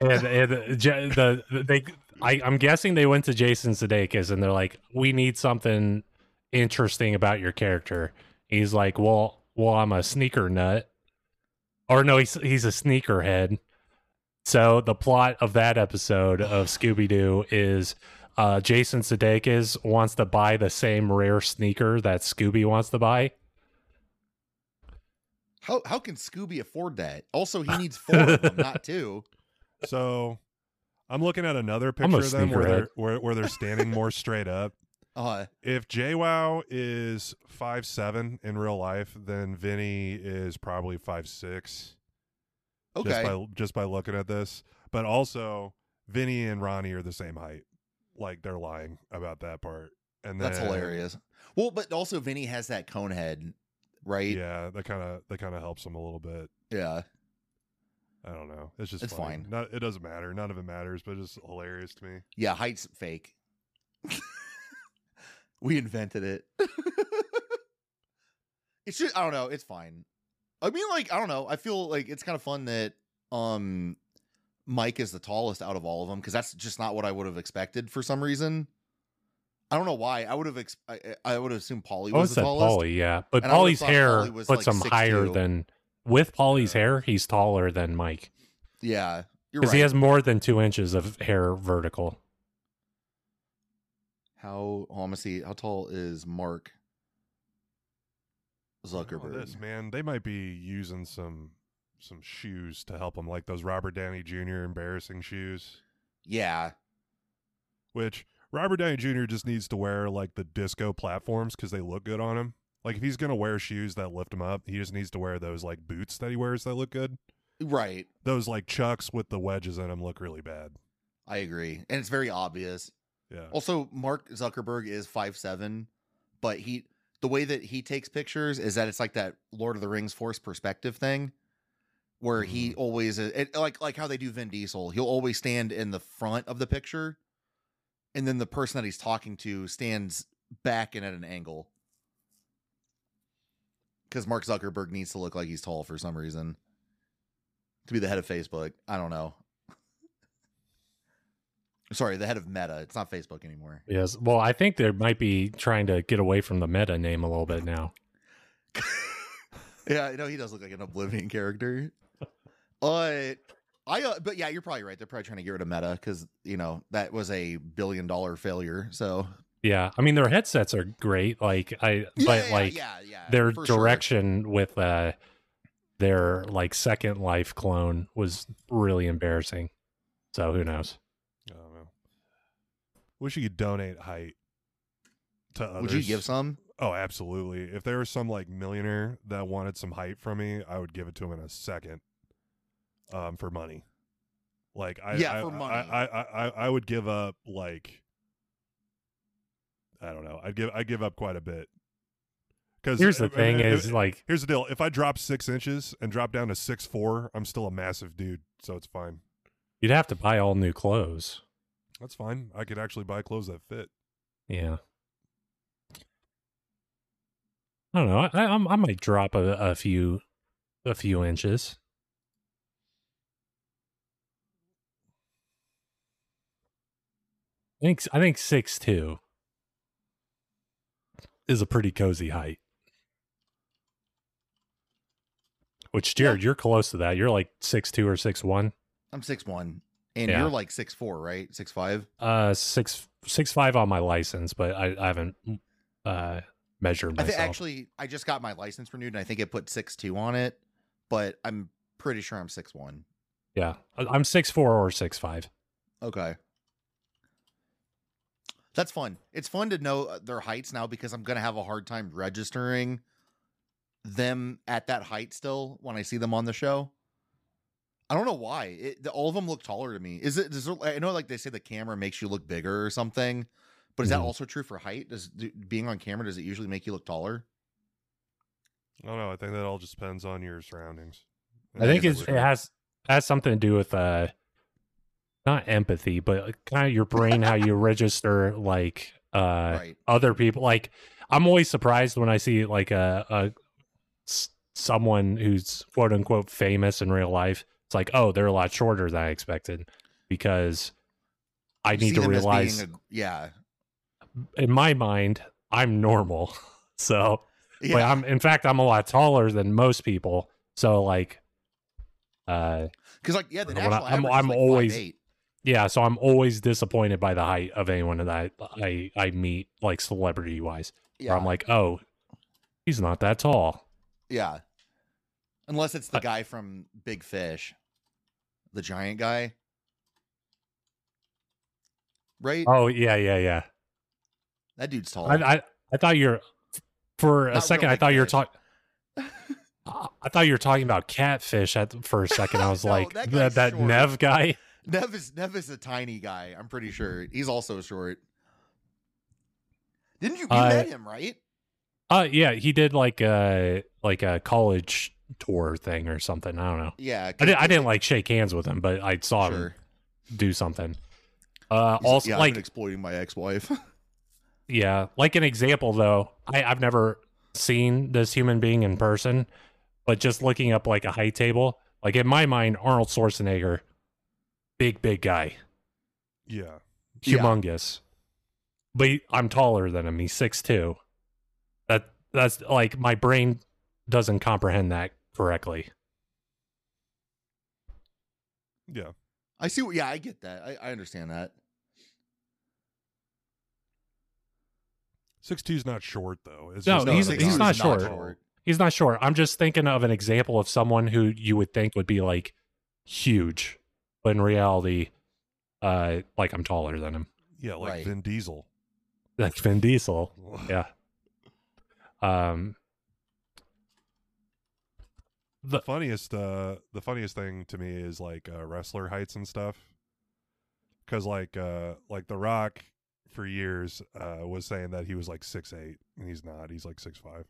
Speaker 7: and, and uh, J- the, the they I, I'm guessing they went to Jason Sudeikis and they're like, we need something interesting about your character. He's like, well, well, I'm a sneaker nut, or no, he's he's a sneakerhead. So the plot of that episode of Scooby Doo is uh, Jason Sudeikis wants to buy the same rare sneaker that Scooby wants to buy.
Speaker 6: How how can Scooby afford that? Also, he needs four of them, not two.
Speaker 5: So I'm looking at another
Speaker 7: I'm a
Speaker 5: picture of them where
Speaker 7: sneakerhead.
Speaker 5: they're, where, where they're standing more straight up.
Speaker 6: Uh,
Speaker 5: If JWoww is five seven in real life, then Vinny is probably five six. Just
Speaker 6: okay.
Speaker 5: by just by looking at this, but also Vinny and Ronnie are the same height. Like they're lying about that part. And
Speaker 6: That's
Speaker 5: then-
Speaker 6: hilarious. Well, but also Vinny has that cone head, right?
Speaker 5: Yeah, that kind of that kind of helps them a little bit.
Speaker 6: Yeah.
Speaker 5: I don't know. It's just
Speaker 6: It's
Speaker 5: funny.
Speaker 6: fine.
Speaker 5: Not, it doesn't matter. None of it matters, but it's hilarious to me.
Speaker 6: Yeah, height's fake. we invented it. it's just I don't know, it's fine. I mean like I don't know, I feel like it's kind of fun that um Mike is the tallest out of all of them cuz that's just not what I would have expected for some reason. I don't know why. I would have ex- I, I would have assumed Polly
Speaker 7: I
Speaker 6: was
Speaker 7: was
Speaker 6: the
Speaker 7: Oh, said
Speaker 6: tallest.
Speaker 7: Polly, yeah, but
Speaker 6: And I would've
Speaker 7: Polly's
Speaker 6: thought
Speaker 7: hair
Speaker 6: Pauly was,
Speaker 7: puts
Speaker 6: like,
Speaker 7: him higher
Speaker 6: 6'2".
Speaker 7: than with Polly's hair. He's taller than Mike
Speaker 6: Yeah. You're
Speaker 7: because
Speaker 6: right.
Speaker 7: he has more than two inches of hair vertical.
Speaker 6: how oh, I'm gonna see how tall is Mark
Speaker 5: Look at
Speaker 6: Zuckerberg?
Speaker 5: this man, they might be using some some shoes to help them, like those Robert Downey Jr. embarrassing shoes,
Speaker 6: Yeah.
Speaker 5: which Robert Downey Jr. just needs to wear like the disco platforms because they look good on him. Like if he's gonna wear shoes that lift him up, he just needs to wear those like boots that he wears that look good.
Speaker 6: Right.
Speaker 5: Those like chucks with the wedges in them look really bad.
Speaker 6: I agree. And it's very obvious.
Speaker 5: Yeah,
Speaker 6: Also, Mark Zuckerberg is five seven, but he the way that he takes pictures is that it's like that Lord of the Rings force perspective thing, where he always uh, it, like like how they do Vin Diesel. He'll always stand in the front of the picture, and then the person that he's talking to stands back and at an angle. Because Mark Zuckerberg needs to look like he's tall for some reason. To be the head of Facebook, I don't know. Sorry, the head of Meta. It's not Facebook anymore.
Speaker 7: Yes. Well, I think they might be trying to get away from the meta name a little bit now.
Speaker 6: yeah, I know he does look like an Oblivion character. But I, uh, but yeah, you're probably right. They're probably trying to get rid of Meta because you know that was a billion dollar failure. So,
Speaker 7: Yeah, I mean their headsets are great. Like I, but like
Speaker 6: yeah, yeah,
Speaker 7: their
Speaker 6: for sure.
Speaker 7: direction with uh their like Second Life clone was really embarrassing. So who knows?
Speaker 5: I don't know. Wish you could donate height to others.
Speaker 6: Would you give some?
Speaker 5: Oh, absolutely. If there was some like millionaire that wanted some hype from me, I would give it to him in a second. Um, for money. Like I,
Speaker 6: Yeah,
Speaker 5: I-
Speaker 6: for
Speaker 5: I-
Speaker 6: money.
Speaker 5: I, I, I, I would give up like. I don't know. I'd give I give up quite a bit. Because
Speaker 7: Here's the thing: is like
Speaker 5: here's the deal. If I drop six inches and drop down to six four, I'm still a massive dude, so it's fine.
Speaker 7: you'd have to buy all new clothes.
Speaker 5: That's fine. I could actually buy clothes that fit.
Speaker 7: Yeah. I don't know. I I, I'm- I might drop a, a few a few inches. I think I think six two is a pretty cozy height. Which Jared, you're close to that. You're like six two or six one.
Speaker 6: I'm six one, and
Speaker 7: Yeah.
Speaker 6: you're like six four, right? Six five.
Speaker 7: Uh, six six five on my license, but I, I haven't uh measured
Speaker 6: I
Speaker 7: myself.
Speaker 6: think actually, I just got my license renewed, and I think it put six two on it, but I'm pretty sure I'm six one.
Speaker 7: Yeah, I- I'm six four or six five.
Speaker 6: Okay. That's fun. It's fun to know uh, their heights now because I'm going to have a hard time registering them at that height still when I see them on the show. I don't know why. It, the, all of them look taller to me. Is it? Does there, I know like they say the camera makes you look bigger or something, but is that
Speaker 7: Mhm.
Speaker 6: also true for height? Does do, being on camera does it usually make you look taller?
Speaker 5: I don't know. I think that all just depends on your surroundings.
Speaker 7: I think it's,
Speaker 5: it's
Speaker 7: it has has something to do with uh, not empathy, but kind of your brain how you register like uh
Speaker 6: right.
Speaker 7: other people. Like I'm always surprised when I see like a, a s- someone who's quote unquote famous in real life. It's like, oh, they're a lot shorter than I expected because I
Speaker 6: You
Speaker 7: need
Speaker 6: see
Speaker 7: to
Speaker 6: them as being
Speaker 7: realize
Speaker 6: a- yeah.
Speaker 7: in my mind I'm normal, so
Speaker 6: Yeah.
Speaker 7: but I'm in fact I'm a lot taller than most people. So like, uh,
Speaker 6: Because like yeah, the
Speaker 7: When I-
Speaker 6: national
Speaker 7: I'm-
Speaker 6: average
Speaker 7: I'm
Speaker 6: is like
Speaker 7: always-
Speaker 6: 5'8".
Speaker 7: yeah. So I'm always disappointed by the height of anyone that I I, I meet like celebrity wise.
Speaker 6: Yeah.
Speaker 7: Where I'm like, oh, he's not that tall.
Speaker 6: yeah. Unless it's the
Speaker 7: I-
Speaker 6: guy from Big Fish, the giant guy, right?
Speaker 7: Oh yeah yeah yeah.
Speaker 6: that dude's tall.
Speaker 7: I I, I thought you're for a
Speaker 6: Not
Speaker 7: second.
Speaker 6: real
Speaker 7: I
Speaker 6: big
Speaker 7: thought you were
Speaker 6: fish.
Speaker 7: talking. I thought you were talking about catfish at for a second. I was
Speaker 6: No,
Speaker 7: like
Speaker 6: that
Speaker 7: that,
Speaker 6: guy's
Speaker 7: that,
Speaker 6: short.
Speaker 7: Nev guy.
Speaker 6: Nev is Nev is a tiny guy. I'm pretty sure he's also short. Didn't you, you
Speaker 7: Uh,
Speaker 6: met him right?
Speaker 7: Uh yeah, he did like a like a college tour thing or something. I don't know.
Speaker 6: Yeah, 'cause
Speaker 7: I didn't, I
Speaker 6: he's
Speaker 7: didn't
Speaker 6: a-
Speaker 7: like shake hands with him, but I saw him
Speaker 6: Sure.
Speaker 7: do something. Uh,
Speaker 6: He's
Speaker 7: also,
Speaker 6: yeah, I've been
Speaker 7: like,
Speaker 6: exploiting my ex-wife.
Speaker 7: yeah, like an example though, I, I've never seen this human being in person, but just looking up like a height table, like in my mind, Arnold Schwarzenegger, big, big guy,
Speaker 5: yeah.
Speaker 6: Yeah.
Speaker 7: humongous, but he- I'm taller than him. He's six two. That that's like my brain doesn't comprehend that correctly.
Speaker 5: Yeah.
Speaker 6: I see. What, yeah, I get that. I, I understand that.
Speaker 5: Six two's not short though. It's
Speaker 7: No,
Speaker 5: just
Speaker 7: he's-
Speaker 5: not a
Speaker 7: he's
Speaker 5: big
Speaker 7: not
Speaker 5: size.
Speaker 7: short. He's not short. I'm just thinking of an example of someone who you would think would be like huge, but in reality, uh, like I'm taller than him.
Speaker 5: Yeah, like
Speaker 6: Right.
Speaker 5: Vin Diesel.
Speaker 7: Like Vin Diesel. Yeah. Um.
Speaker 5: the funniest uh the funniest thing to me is like uh, wrestler heights and stuff because like uh like the rock for years uh was saying that he was like six eight and he's not he's like six five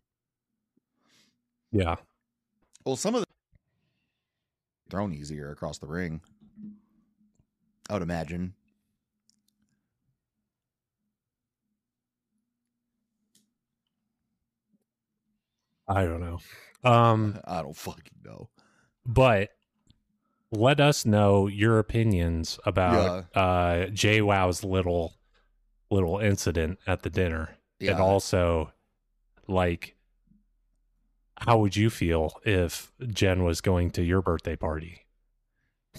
Speaker 7: Yeah.
Speaker 6: Well, some of the thrown easier across the ring. I would imagine.
Speaker 7: I don't know. Um.
Speaker 6: I don't fucking know.
Speaker 7: But let us know your opinions about uh Jay Wow's little little incident at the dinner.
Speaker 6: Yeah,
Speaker 7: and also like how would you feel if jen was going to your birthday party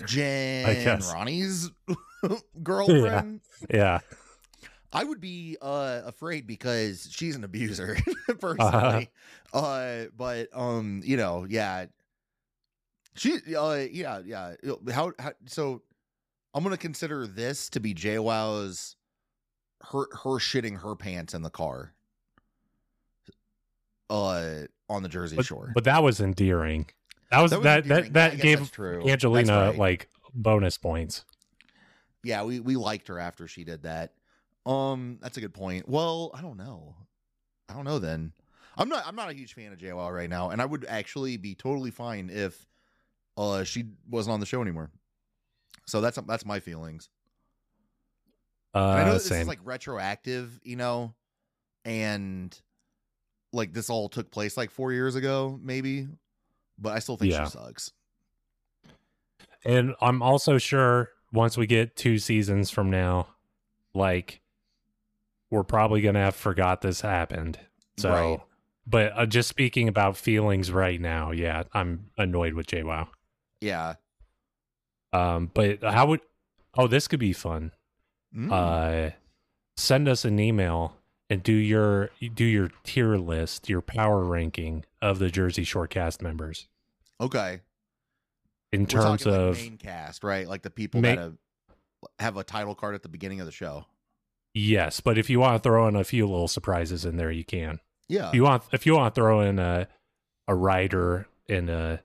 Speaker 6: Jen
Speaker 7: guess.
Speaker 6: Ronnie's girlfriend.
Speaker 7: yeah
Speaker 6: I would be uh, afraid because she's an abuser
Speaker 7: Uh-huh.
Speaker 6: personally. uh but um, you know, yeah, she, uh, yeah, yeah. How, how? So I'm gonna consider this to be JWoww's her her shitting her pants in the car. Uh, on the Jersey
Speaker 7: but,
Speaker 6: Shore.
Speaker 7: but that was endearing that was that
Speaker 6: was
Speaker 7: that,
Speaker 6: endearing.
Speaker 7: that,
Speaker 6: I guess that's
Speaker 7: gave
Speaker 6: true. That's
Speaker 7: angelina
Speaker 6: right.
Speaker 7: like bonus points
Speaker 6: yeah, we we liked her after she did that. Um, that's a good point. Well, I don't know. I don't know then. I'm not I'm not a huge fan of JLL right now, and I would actually be totally fine if uh she wasn't on the show anymore. So that's that's my feelings.
Speaker 7: uh
Speaker 6: And I know that this
Speaker 7: same
Speaker 6: is like retroactive, you know, and like this all took place like four years ago, maybe. But I still think
Speaker 7: Yeah.
Speaker 6: she sucks.
Speaker 7: and i'm also sure once we get two seasons from now like we're probably gonna have forgot this happened so
Speaker 6: Right.
Speaker 7: but uh, just speaking about feelings right now yeah i'm annoyed with jay wow
Speaker 6: Yeah.
Speaker 7: Um, but how would? Oh, this could be fun.
Speaker 6: Mm.
Speaker 7: Uh, send us an email and do your do your tier list, your power ranking of the Jersey Shore cast members
Speaker 6: okay.
Speaker 7: in
Speaker 6: We're
Speaker 7: terms
Speaker 6: talking, like,
Speaker 7: of
Speaker 6: main cast, right? Like the people
Speaker 7: Ma-
Speaker 6: that have, have a title card at the beginning of the show.
Speaker 7: yes. But if you want to throw in a few little surprises in there, you can.
Speaker 6: Yeah,
Speaker 7: If you want if you want to throw in a a rider in a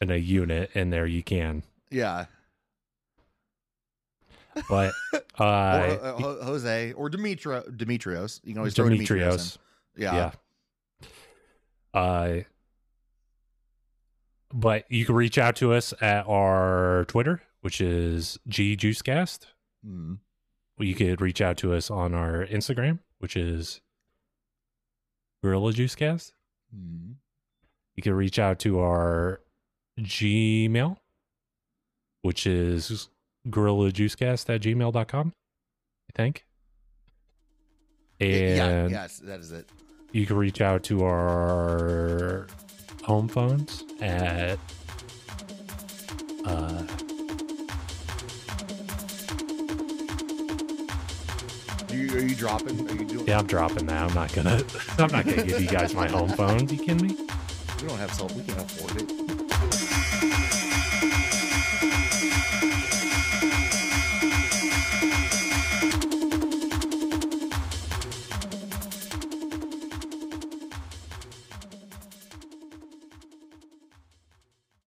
Speaker 7: in a unit in there, you can.
Speaker 6: Yeah.
Speaker 7: But uh,
Speaker 6: or, uh, Ho- Jose or Demetrio Demetrios. You can always throw Demetrios.
Speaker 7: Demetrios.
Speaker 6: In. Yeah.
Speaker 7: yeah. Uh, but you can reach out to us at our Twitter, which is gjuicecast.
Speaker 6: Mm.
Speaker 7: You could reach out to us on our Instagram, which is Gorilla Juicecast.
Speaker 6: Mm.
Speaker 7: You can reach out to our Gmail, which is gorillajuicecast at gmail.com, I think. And
Speaker 6: yeah. Yes, that is it.
Speaker 7: you can reach out to our home phones at uh
Speaker 6: Do you, are you dropping? Are you doing?
Speaker 7: yeah i'm dropping that i'm not gonna i'm not gonna give you guys my home phones you kidding me
Speaker 6: We don't have self. We can't afford it.